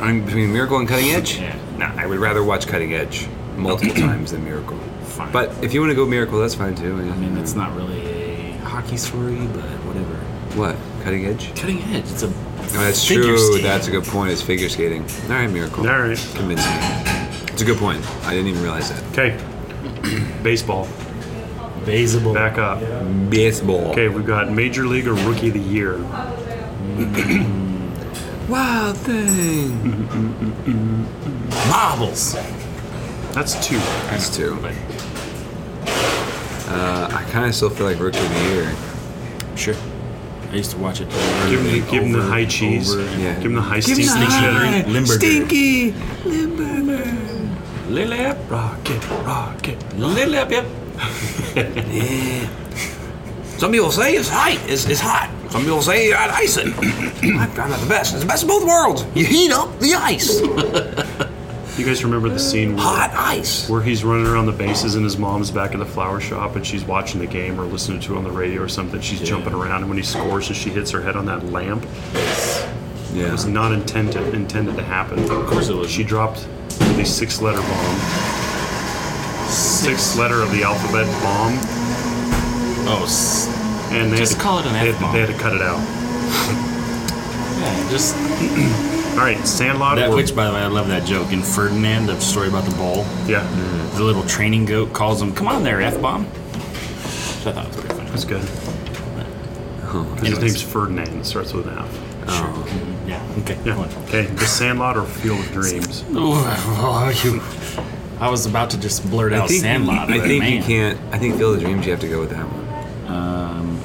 I'm between Miracle and Cutting Edge. Yeah. Nah, I would rather watch Cutting Edge multiple times than Miracle. Fine. But if you want to go Miracle, that's fine too. I mean, it's not really a hockey story, but whatever. what Cutting Edge. Cutting edge. It's a. No, that's Figure true. skating. That's a good point. It's figure skating. All right, Miracle. All right. Convince me. It's a good point. I didn't even realize that. Okay, baseball. Baseball. Back up. Baseball. Okay, we've got Major League or Rookie of the Year. Wild thing. Marbles. That's two. That's two. But Uh, I kind of still feel like Rookie of the Year. sure. I used to watch it. over Give him, and give him the over high and cheese. over and- Yeah. Give him the high Give me cheese. the high. Limburger. Stinky Limburger. Lily up. Rocket, rocket. Lily up. Yep. Some people say it's hot. It's, it's hot. Some people say it's icing. I found out the best. It's the best of both worlds. You heat up the ice. You guys remember the scene where Hot ice. where he's running around the bases and his mom's back at the flower shop and she's watching the game or listening to it on the radio or something. She's jumping around and when he scores and she hits her head on that lamp. It Yeah. was not intended intended to happen. Of course it wasn't. She dropped the six letter bomb. sixth letter of the alphabet bomb, Oh, s- and they Just had to, call it an they had, F-bomb. they had to cut it out. yeah, just All right, Sandlot. that. or- Which, by the way, I love that joke in Ferdinand, the story about the ball. yeah, The little training goat calls him, "Come on there, f bomb." Which I thought was pretty funny. that's good. His Anyways. name's Ferdinand. It starts with an F. Yeah. Okay. Yeah. go on. Okay, the Sandlot or Field of Dreams. Ooh, oh, you- I was about to just blurt out Sandlot. I but think man. you can't. I think Field of Dreams. You have to go with that one.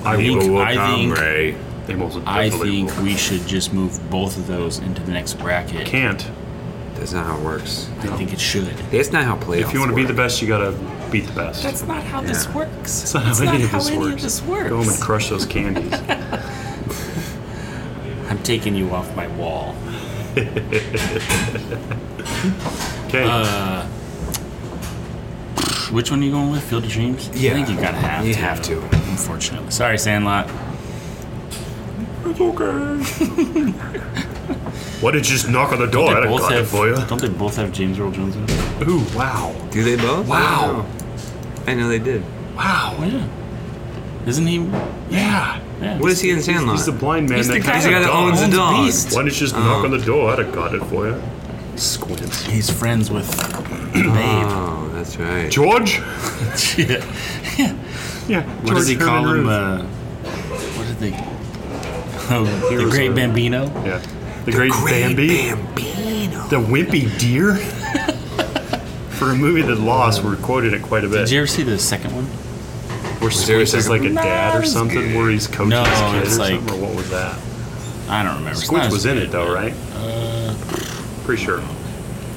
I think, I think, They most I definitely think will. we should just move both of those into the next bracket. can't. That's not how it works. I think it should. That's not how playoffs. If you want to be work. the best, you gotta beat the best. That's not how this works. That's not how any, of, this works. Go home and crush those candies. I'm taking you off my wall. Okay. Uh, Which one are you going with? Field of Dreams? Yeah. I think you gotta have You to. have to. Unfortunately. Sorry, Sandlot. what did you just knock on the door? Oh, I both got it have, for you. don't they both have James Earl Jones in it? Ooh, wow. Do they both? Wow. I know they did. Wow. Yeah. Isn't he? Yeah. Yeah. What is he in Sandlot? He's the blind man that He's has the guy that owns the dog. Beast. Why didn't you just Oh. knock on the door? I'd have got it for you. Squint. He's friends with Babe. Oh, that's right. George? yeah. Yeah. What does he George call him? Herman Uh, what did they? Oh, the Great Reserve. Bambino. Rose. uh, yeah. The, great, Bambi. The wimpy deer? For a movie that lost, we're quoted it quite a bit. Did you ever see the second one? there Where a Squint is second like a dad or something, where he's coaching No, his kid or it's like- something, or what was that? I don't remember. It's Squint not Uh, was as- in it though, right? Uh, Pretty sure.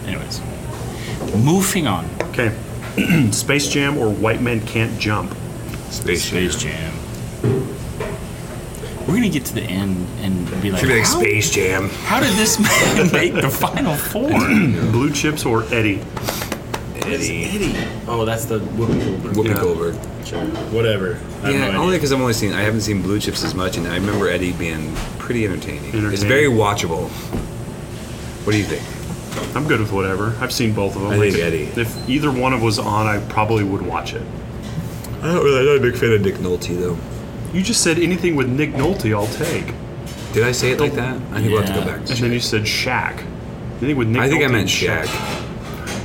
Anyways, moving on. Okay. Space Jam or White Men Can't Jump? Space Space Jam. We're gonna get to the end and be like, Should be like how, Space Jam. how did this man make the final four? Blue Chips or Eddie? Eddie. Oh, that's the Whoopi Goldberg. Whoopi Yeah. Goldberg. Whatever. I have Yeah, no only idea. because I've only seen I haven't seen Blue Chips as much, and I remember Eddie being pretty entertaining. It's Entertaining. very watchable. What do you think? I'm good with whatever. I've seen both of them. I Like, think Eddie. If either one of was on, I probably would watch it. I don't really. I'm not a big fan of Nick Nolte though. You just said anything with Nick Nolte, I'll take. Did I say it like that? Oh, I think we'll have to go Yeah. back. and And check. then you said Shaq. Anything with Nick I think I Nolte meant and Shaq.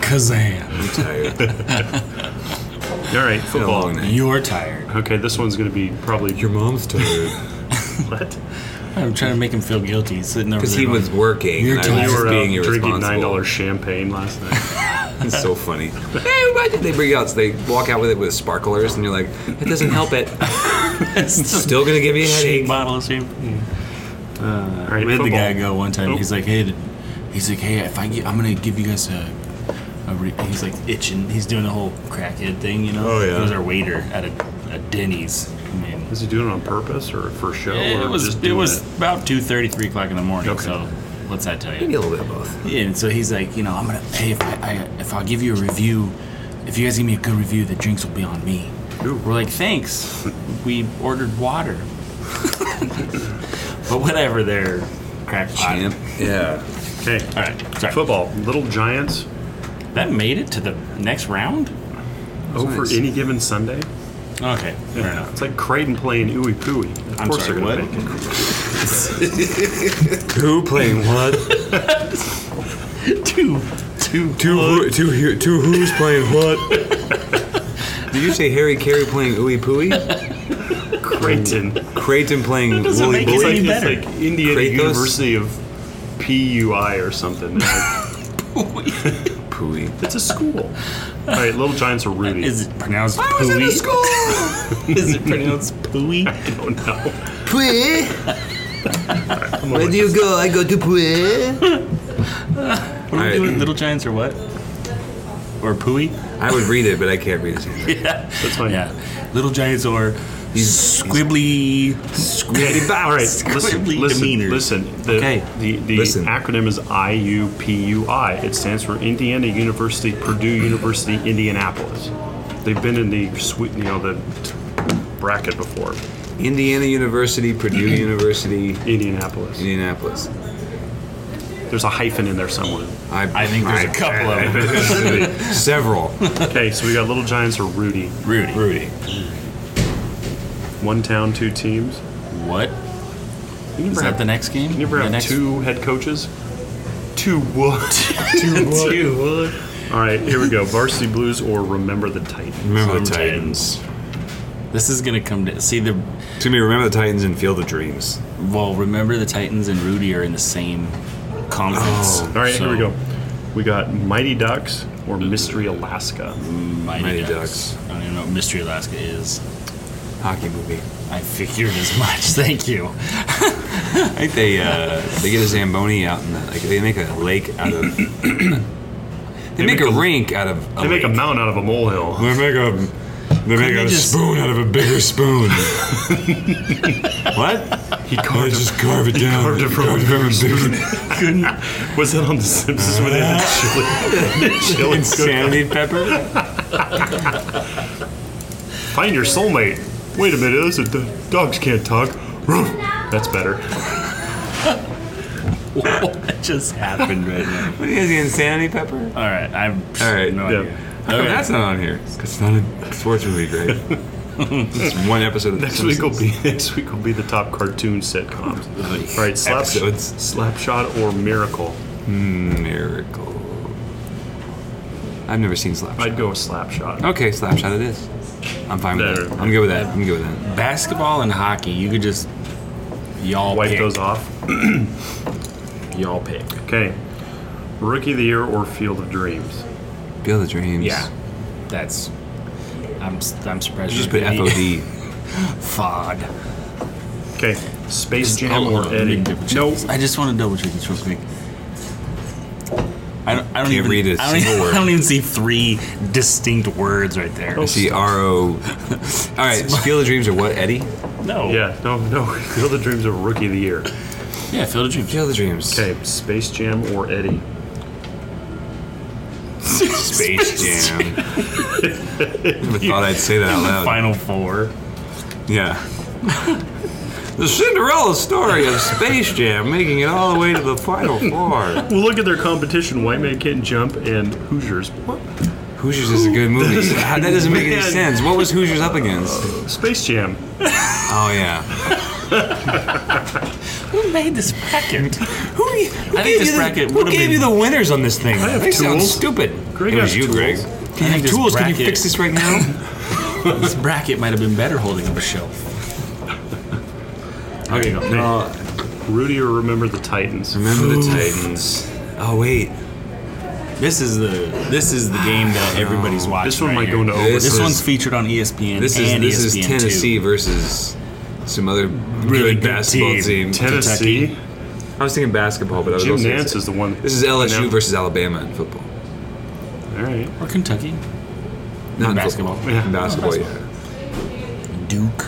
Kazam. I'm tired. All right, Been a football. long night. You're tired. Okay, this one's going to be probably your mom's tired. what? I'm trying to make him feel guilty. He's sitting over Because there. he was going, working. You're and I tired. was You just were out being drinking nine irresponsible. dollars champagne last night. It's so funny. hey, why did they bring out? They walk out with it with sparklers, and you're like, it doesn't help it. It's Still gonna give me a shake headache. bottle of champagne. All right, We had the football. guy go one time. Oh. He's like, hey, th- he's like, hey, if I get, I'm gonna give you guys a. a re-. He's like itching. He's doing the whole crackhead thing, you know. Oh, yeah. He was our waiter at a, a Denny's. I mean, Is he doing it on purpose or for show? or it was Just it doing was about two thirty, three o'clock in the morning. Okay. So what's that tell Maybe a you? little bit of both. Yeah, and so he's like, you know, I'm gonna hey, if I, I if I give you a review, if you guys give me a good review, the drinks will be on me. We're like, thanks. We ordered water. but whatever, they're crackpot. Champ. Yeah. Okay. All right, sorry. Football. Little Giants. That made it to the next round. Oh, nice. for any given Sunday. Okay, fair enough. It's like Creighton playing Ooey Pooey. Of I'm course sorry, they're gonna what? make it. Who playing what? Two, two, Two, who, two, who- two who's playing what? Did you say Harry Carey playing Ooey Pooey? Creighton. Creighton playing doesn't Wooly make it It's like, any Bully? it's better. like Indiana Kratos? University of PUI or something. Like, Pooey. it's a school. All right, Little Giants are Rudy. Is it pronounced pooey? Is it pronounced pooey? oh no. Pooey? Where do you go? I go to Pooey. What are we Alright. doing? Little giants or what? Or pooey? I would read it, but I can't read it. That's fine. Yeah. Little giants or squibbly, squibbly, All right, listen, squibbly listen, demeanors. listen. The, Okay. the, the Listen. acronym is IUPUI. It stands for Indiana University, Purdue University, Indianapolis. They've been in the sweet, you know, the bracket before. Indiana University, Purdue University, Indianapolis. Indianapolis. There's a hyphen in there somewhere. I think there's a couple of them. Several. Okay, so we got Little Giants or Rudy. Rudy. Rudy. One town, two teams. What? You Is never that have, the next game? you never the have next two head coaches. Two what? two what? All right, here we go. Varsity Blues or Remember the Titans. Remember the Some Titans. This is gonna come to see the It's gonna be Remember the Titans and Field of Dreams. well. Remember the Titans and Rudy are in the same conference. Oh. All right, here we so- go. We got Mighty Ducks or Mystery Alaska. Mighty, Mighty Ducks. I don't even know what Mystery Alaska is. Hockey movie. I figured as much. Thank you. I think they uh, they get a zamboni out in the, like they make a lake out of. they, make, make a, a- rink out of. They make a lake. mountain out of a molehill. They make a. They make they a just- spoon out of a bigger spoon. what? He I carved just carve it down. carved it from a a bigger a, Was that on The Simpsons when they had the chili? chili cookout? Insanity pepper. Find your soulmate. Wait a minute, those are the dogs can't talk. Ruff. That's better. what just happened right now? What is the insanity pepper? All right, I'm. All right, no yeah. idea. How come Okay. that's not on here? 'Cause It's not a sports movie, Greg. It's one episode of The Next week will Simpsons. be next week will be the top cartoon sitcoms. All right, slap, Episodes. Slapshot or Miracle. Miracle. I've never seen Slapshot. I'd go with Slapshot. Okay, Slapshot it is. I'm fine with There. that. I'm good with that. I'm good with that. Basketball and hockey. You could just y'all Wipe pick. those off. Y'all pick. Okay, Rookie of the Year or Field of Dreams. Feel the dreams. Yeah, that's. I'm. s- I'm surprised. You just you put FOD. Fod. Okay, Space Jam Hold or on, let me Eddie. double check No, this. I just want to double check this real quick. I don't, I Can't don't even read a I don't, single even, word. Oh, I don't even see three distinct words right there. I see R O. All right, Feel the Dreams or what, Eddie? No. yeah, no, no. Field of Dreams or Rookie of the Year. Yeah. Field of Dreams. Feel the Dreams. Okay, Space Jam or Eddie. Space Jam. Never thought I'd say that out loud. Final four. Yeah. the Cinderella story of Space Jam making it all the way to the final four. Well, look at their competition: White Man Can't Jump and Hoosiers. What? Hoosiers is a good movie. That doesn't make any Man. sense. What was Hoosiers up against? Space Jam. Oh yeah. Who made this bracket? Who, who I think gave this you the- bracket Who would've gave been- you the winners on this thing? I have they sound tools. stupid. Greg it was has you, tools. Greg. You have this tools. Can you bracket- fix this right now? this bracket might have been better holding up a shelf. Okay, Rudy or Remember the Titans. Remember the Titans. Oh wait. This is the this is the game that everybody's watching. This one right might here. go into This This, is- overtime. one's featured on E ESPN. This is and E this ESPN is Tennessee versus some other Really good good basketball team. team. Tennessee. I was thinking basketball, but I was Jim also gonna Nance say- is the one. This is LSU No. versus Alabama in football. All right. Too. Or Kentucky, Not in basketball. football. In Yeah. basketball, yeah. Duke,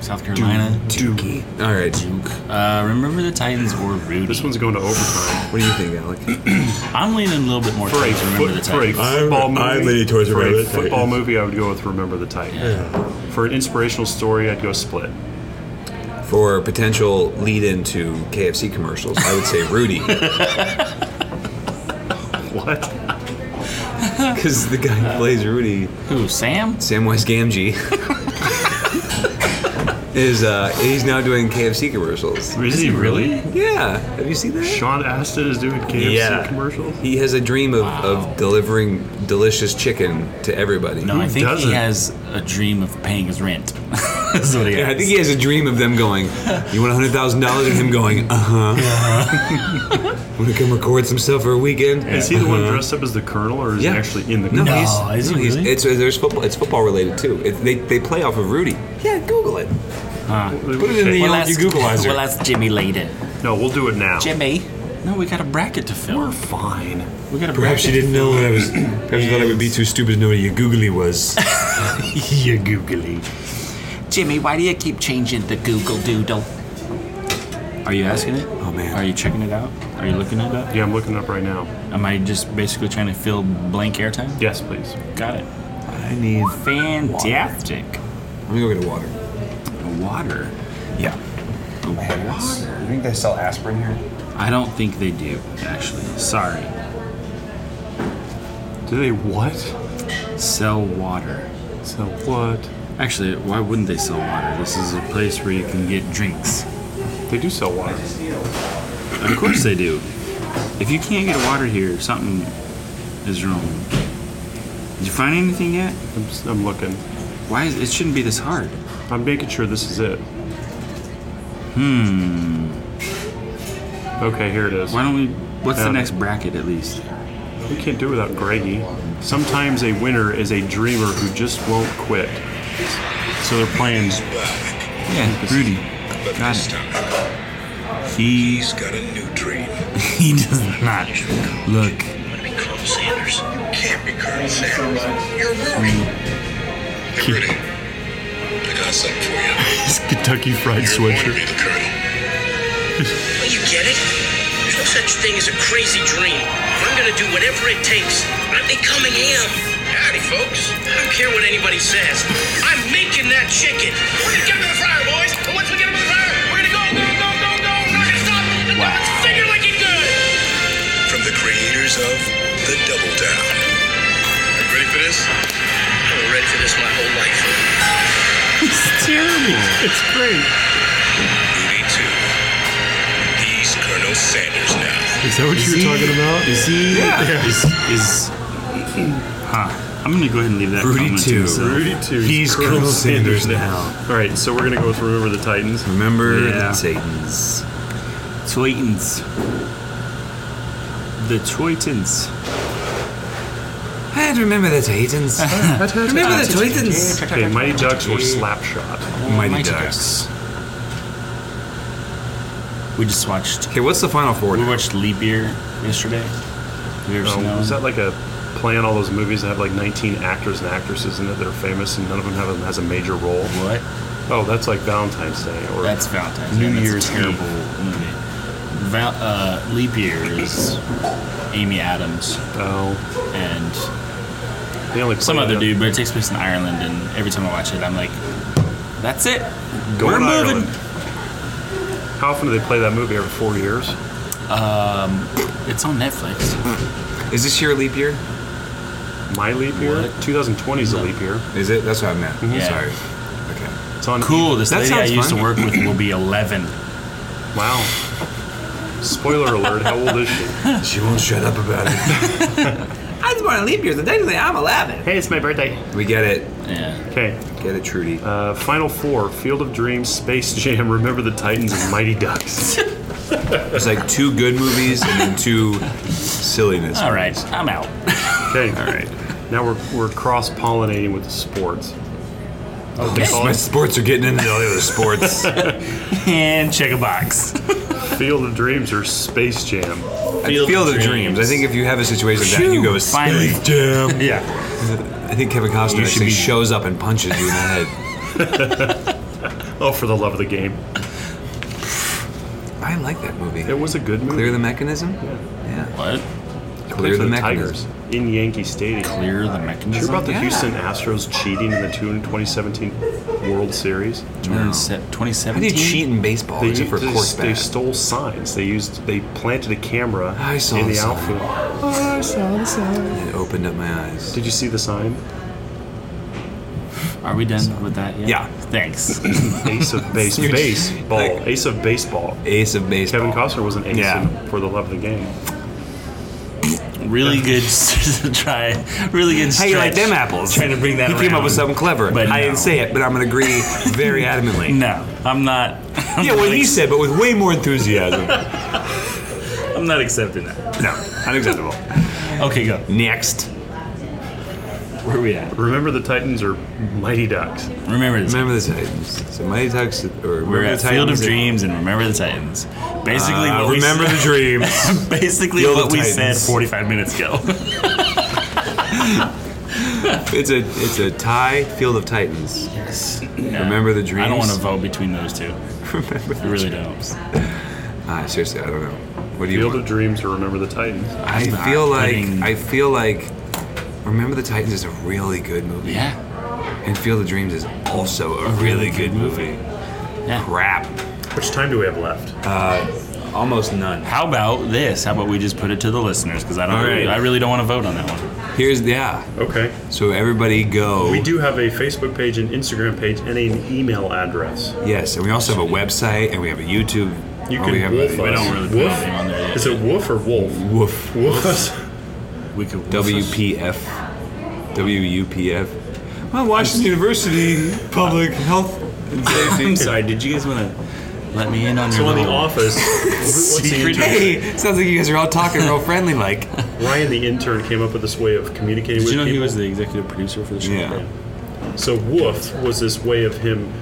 South Carolina, Duke. All right. Duke. Uh, remember the Titans or Rudy. This one's going to overtime. What do you think, Alec? I'm leaning a little bit more For a, towards remember foot, the for a Titans. football movie, I'm leaning towards for Remember a the football movie, I would go with Remember the Titans. For an inspirational story, I'd go Split. For potential lead into KFC commercials, I would say Rudy, What? because the guy who plays Rudy, Who? Sam? Samwise Gamgee, is uh, he's now doing KFC commercials. Is he really? Yeah, have you seen that? Sean Astin is doing KFC Yeah. commercials. He has a dream of, of delivering delicious chicken to everybody. No, I think doesn't? he has a dream of paying his rent. That's what he Yeah, has. I think he has a dream of them going, You want $100,000? And him going, Uh huh. want to come record some stuff for a weekend? Uh-huh. Is he the one dressed up as the Colonel, or is Uh-huh. Yeah. he actually in the No, Colonel? he's, is no, he he's- really? it's uh, there's football. It's football related too. It, they they play off of Rudy. Yeah, Google it. Put it in the uh, Well, old that's, Googleizer. well, that's Jimmy Layden. No, we'll do it now. Jimmy. No, we got a bracket to fill. We're fine. We got a Perhaps you bracket. didn't know what I was. Perhaps you thought I would be too stupid to know what your googly was. you googly. Jimmy, why do you keep changing the Google Doodle? Are you asking it? Oh, man. Are you checking it out? Are you looking it up? Yeah, I'm looking up right now. Am I just basically trying to fill blank airtime? Yes, please. Got it. I need. Fantastic. Let me go get a water. Water. Yeah. Water. think they sell aspirin here. I don't think they do, actually. Sorry. Do they what? Sell water. So what? Actually, why wouldn't they sell water? This is a place where you can get drinks. They do sell water. Of course they do. If you can't get water here, something is wrong. Did you find anything yet? I'm, s am looking. Why is it shouldn't be this hard? I'm making sure this is it. Hmm. Okay, here it is. Why don't we? What's Uh, the Yeah. next bracket at least? We can't do without Greggy. Sometimes a winner is a dreamer who just won't quit. So they're playing. Yeah, Rudy. Got it. He He's got a new dream. he does not look. I'm gonna be Colonel Sanders. You can't be Colonel Sanders. You're Rudy. Hey, Rudy. I got something for you. This Kentucky Fried You're going to Sweatshirt. be the Colonel. Well, you get it? There's no such thing as a crazy dream. I'm gonna do whatever it takes. I'm becoming him. Howdy, folks. I don't care what anybody says. I'm making that chicken. We're gonna get him to the fryer, boys. And once we get him to the fryer, we're gonna go, go, go, go, go. We're not gonna stop. And Wow. Let's figure like it good. From the creators of The Double Down. Are you ready for this? I was ready for this my whole life. It's terrible. It's great. Rudy 2. He's Colonel Sanders now. Is that what Is you were he- talking about? Is he? Yeah. Is is? Huh. I'm gonna go ahead and leave that Rudy comment too. to myself. Rudy too. He's Colonel Sanders All right, so we're gonna go with Remember the Titans. Remember Yeah. the Satans. Toitans. The Toitans. I remember the Satans. remember the Satans. Okay, Mighty Ducks or Slapshot. Mighty Ducks. We just watched. Okay, what's the final four? We now? watched Leap Year yesterday. Have you ever seen Oh, that is one? that like a play on all those movies that have like 19 actors and actresses in it that are famous and none of them have has a major role? What? Oh, that's like Valentine's Day or That's Valentine's. Day. New That's a Year's Eve. terrible movie. Val, uh, Leap Year is Amy Adams Oh, and they only some play other that- dude, but it takes place in Ireland. And every time I watch it, I'm like, that's it. Going We're Ireland. moving. How often do they play that movie? Every four years? It's on Netflix. Is this your leap year? My leap year? What? 2020 is a leap year. Is it? That's what I'm at. Yeah. Sorry. Okay. It's on. Cool. This That lady I sounds used fun. to work with will be 11. Wow. Spoiler alert, how old is she? She won't shut up about it. I was born on leap year, so technically I'm 11. Hey, it's my birthday. We get it. Yeah. Okay, Get it, Trudy. uh, Final Four Field of Dreams, Space Jam, Remember the Titans, and Mighty Ducks. It's like two good movies and then two silliness. All right. I'm out. Okay, all right. Now we're, we're cross pollinating with the sports. Oh, they call My it sports are getting into all the other sports. And check a box. Field of Dreams or Space Jam. Field, Field of dreams. I think if you have a situation like that and you go, Finally. "Space Jam. Yeah. I think Kevin Costner should actually be- shows up and punches you in the head. Oh, for the love of the game. I like that movie. It was a good movie. Clear the mechanism? Yeah. What? Clear for the the mechanism. Tigers in Yankee Stadium. Clear the mechanism. Sure about the Yeah. Houston Astros cheating in the 2017 World Series? During se- 2017. How do you cheat in baseball They, except for they, they quarterback? stole signs. They used they planted a camera I saw in the the sign. outfield. It opened up my eyes. Did you see the sign? Are we done with that yet? Yeah. Thanks. Ace of base You're just- baseball. like- ace of baseball. Ace of baseball. Kevin Costner was an ace Yeah. in for the love of the game. really good try. Really good How stretch. you like them apples? Trying to bring that He came up around. with something clever. But I no. didn't say it, but I'm going to agree very adamantly. No, I'm not. I'm Yeah, not what he ex- said, but with way more enthusiasm. I'm not accepting that. No, unacceptable. Okay, go. Next. Where are we at? Remember the Titans or Mighty Ducks? Remember this. Remember the Titans. So Mighty Ducks, or remember We're the at Titans Field of and- Dreams and Remember the Titans. Basically, Uh, what we remember said- the dreams. Basically, Field of what we said Titans. 45 minutes ago. It's a it's a tie. Field of Titans. Yes. Remember the dreams. I don't want to vote between those two. Remember I the really don't. Ah, seriously, I don't know. What do you Field want? of Dreams or Remember the Titans? I I'm not feel like putting- I feel like Remember the Titans is a really good movie. Yeah. And Field of Dreams is also a really good movie. Yeah. Crap. How much time do we have left? Almost none. How about this? How about we just put it to the listeners? Because I don't. All right. I really don't want to vote on that one. Here's yeah. Okay. So everybody go. We do have a Facebook page, an Instagram page, and an email address. Yes, and we also have a website and we have a YouTube. You or can we have wolf a, us. Wolf? Is it wolf or wolf? Woof. Wolf us. We could WPF. WUPF. Well, Washington University Public Health and Safety. I'm sorry. Did you guys want to let me in on So your in the little- office, what's the Secret- intern- Hey, sounds like you guys are all talking real friendly like. Ryan, the intern, came up with this way of communicating Did with you know he people. was the executive producer for the show? Yeah. So woof was this way of him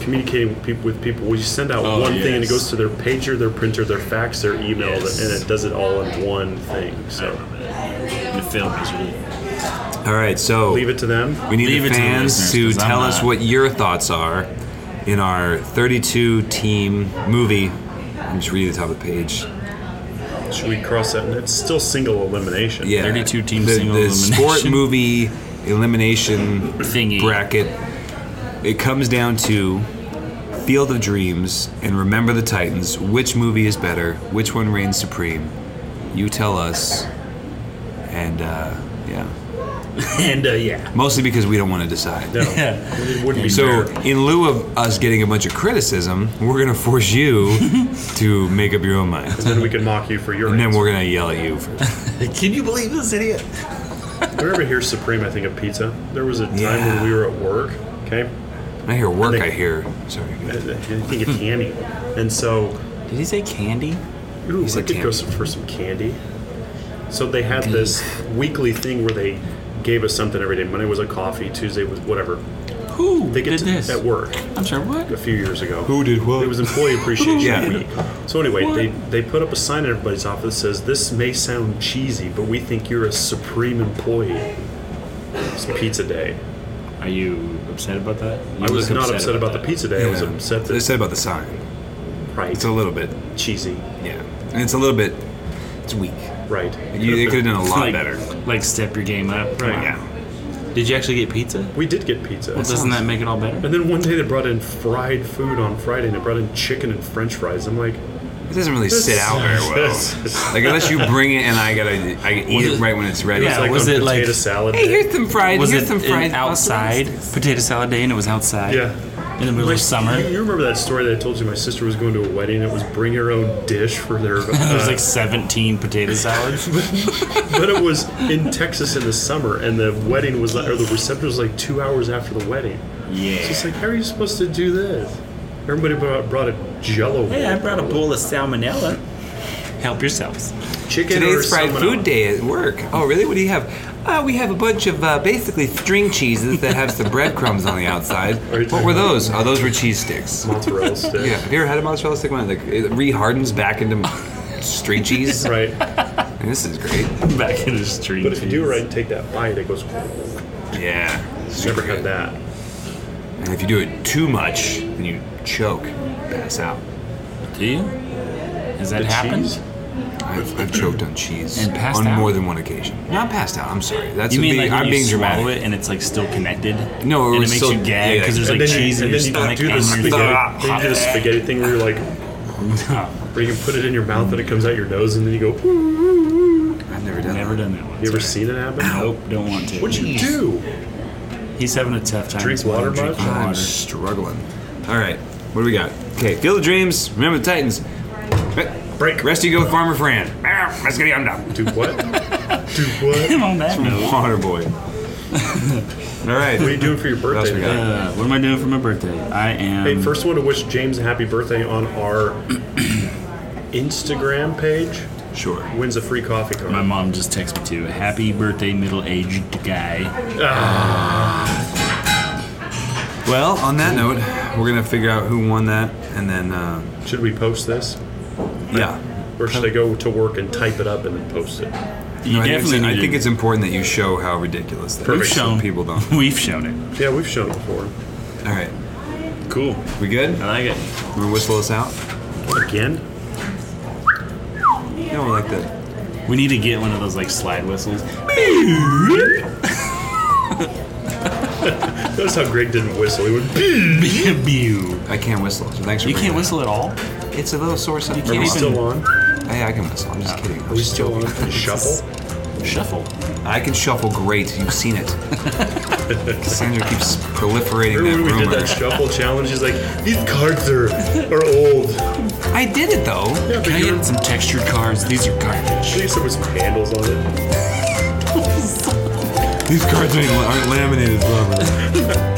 communicating with people. With people. We send out Oh, one thing and it yes. goes to their pager, their printer, their fax, their email, Yes. and it does it all in one thing. So it failed miserably. All right, so leave it to them. We need Leave the it to the fans listeners, to, 'cause I'm tell us not- what your thoughts are in our 32 team movie. I'm just reading the top of the page. Should we cross that? It's still single elimination. Yeah. the, the sport movie elimination thingy bracket. It comes down to Field of Dreams and Remember the Titans. Which movie is better? Which one reigns supreme? You tell us. And uh, yeah. and uh, yeah. Mostly because we don't want to decide. No, it wouldn't be So, fair. in lieu of us getting a bunch of criticism, we're gonna force you to make up your own mind. And then we can mock you for your. And then we're gonna yell at you. For, Can you believe this idiot? Do you ever hear Supreme? I think of pizza. There was a time when we were at work. Okay. I hear work. I hear. Sorry. I think it's candy. And so. Did he say candy? Ooh, He I said could go candy. some, for some candy. So they had this weekly thing where they gave us something every day. Monday was a coffee. Tuesday was whatever. Who they get did to, this? at work? I'm sorry. What? A few years ago. Who did what? It was Employee Appreciation Yeah. Week. So anyway, they, they put up a sign in everybody's office that says, "This may sound cheesy, but we think you're a supreme employee." It's pizza day. Are you upset about that? I was not upset, about, the pizza day. I was Yeah. upset that They said about the sign. Right. It's a little bit cheesy. Yeah, and it's a little bit. It's weak. Right. You, they could have done a lot Like- better. Like step your game up. Right. Yeah. Did you actually get pizza? We did get pizza. Well, doesn't that make it all better? And then one day they brought in fried food on Friday, and they brought in chicken and French fries. I'm like, It doesn't really sit out very well. Like unless you bring it and I gotta, I can eat it right when it's ready. Yeah, was it like Hey, here's some fried. Was here's it some in fried outside potato salad day, and it was outside? Yeah, in the middle My- of summer. You, you remember that story that I told you? My sister was going to a wedding. and It was bring your own dish for their. uh, There was like 17 potato salads. but it was in Texas in the summer, and the wedding was like, or the reception was like two hours after the wedding. Yeah. So it's like, how are you supposed to do this? Everybody brought, brought a Jello. Hey, I brought a bowl of salmonella. Help yourselves. Chicken or Today's fried salmon? food day at work. Oh, really? What do you have? Uh, we have a bunch of uh, basically string cheeses that have some breadcrumbs on the outside. What were those? Oh, those were cheese sticks. Mozzarella sticks. Yeah. Have you ever had a mozzarella stick? One like it rehardens back into string cheese. Right. This is great. Back in the street. But if you do it right and take that bite, it goes. Yeah. Never had that. And if you do it too much, then you choke, pass out. Do you? Has that The happened? cheese? I've, I've choked on cheese And passed on out? more than one occasion. Not passed out. I'm sorry. That's you a mean big- like when I'm you being swallow dramatic. it and it's like still connected? No, it and it was makes so- you gag because yeah. there's And then like you- cheese in and your then you stomach. do the and spaghetti, you're then you do the hot. spaghetti thing where you're like, where you put it in your mouth and it comes out your nose and then you go. I've never done. Never done that one. You ever seen it happen? Nope, don't want to. What'd you do? He's having a tough time. Drink water much? Drinking I'm water. struggling. All right, what do we got? Okay, Field of Dreams. Remember the Titans. Break. Rest you go with Farmer Fran. Ah, Let's get yum yum. Do what? Do what? Him on that note. Water boy. All right. What are you doing for your birthday? man? Uh, what am I doing for my birthday? I am. Hey, first one to wish James a happy birthday on our Instagram page. Sure. Wins a free coffee card. My mom just texted me too. Happy birthday, middle-aged guy. Well, on that note, we're gonna figure out who won that, and then uh, Should we post this? yeah. Or should I go to work and type it up and then post it? You No, I, think it's, definitely I need think to- it's important that you show how ridiculous that We've is, so shown. people don't. We've shown it. Yeah, we've shown it before. All right, Cool. we good? I like it. We're gonna whistle this out. Again? No, I like that. We need to get one of those like slide whistles. Notice how Greg didn't whistle. He went. I can't whistle. So thanks for You bringing can't that. whistle at all? It's a little source of. You can't even- Still on? Hey, I can whistle. I'm just kidding. I'm we just still joking. on? Shuffle? Shuffle. I can shuffle great. You've seen it. Cassandra keeps proliferating Remember that when we rumor. did that shuffle challenge? He's like, these cards are are old. I did it though. Yeah, but Can I you're get some textured cards? These are garbage. at least there was some handles on it. These cards ain't, aren't laminated, Robert.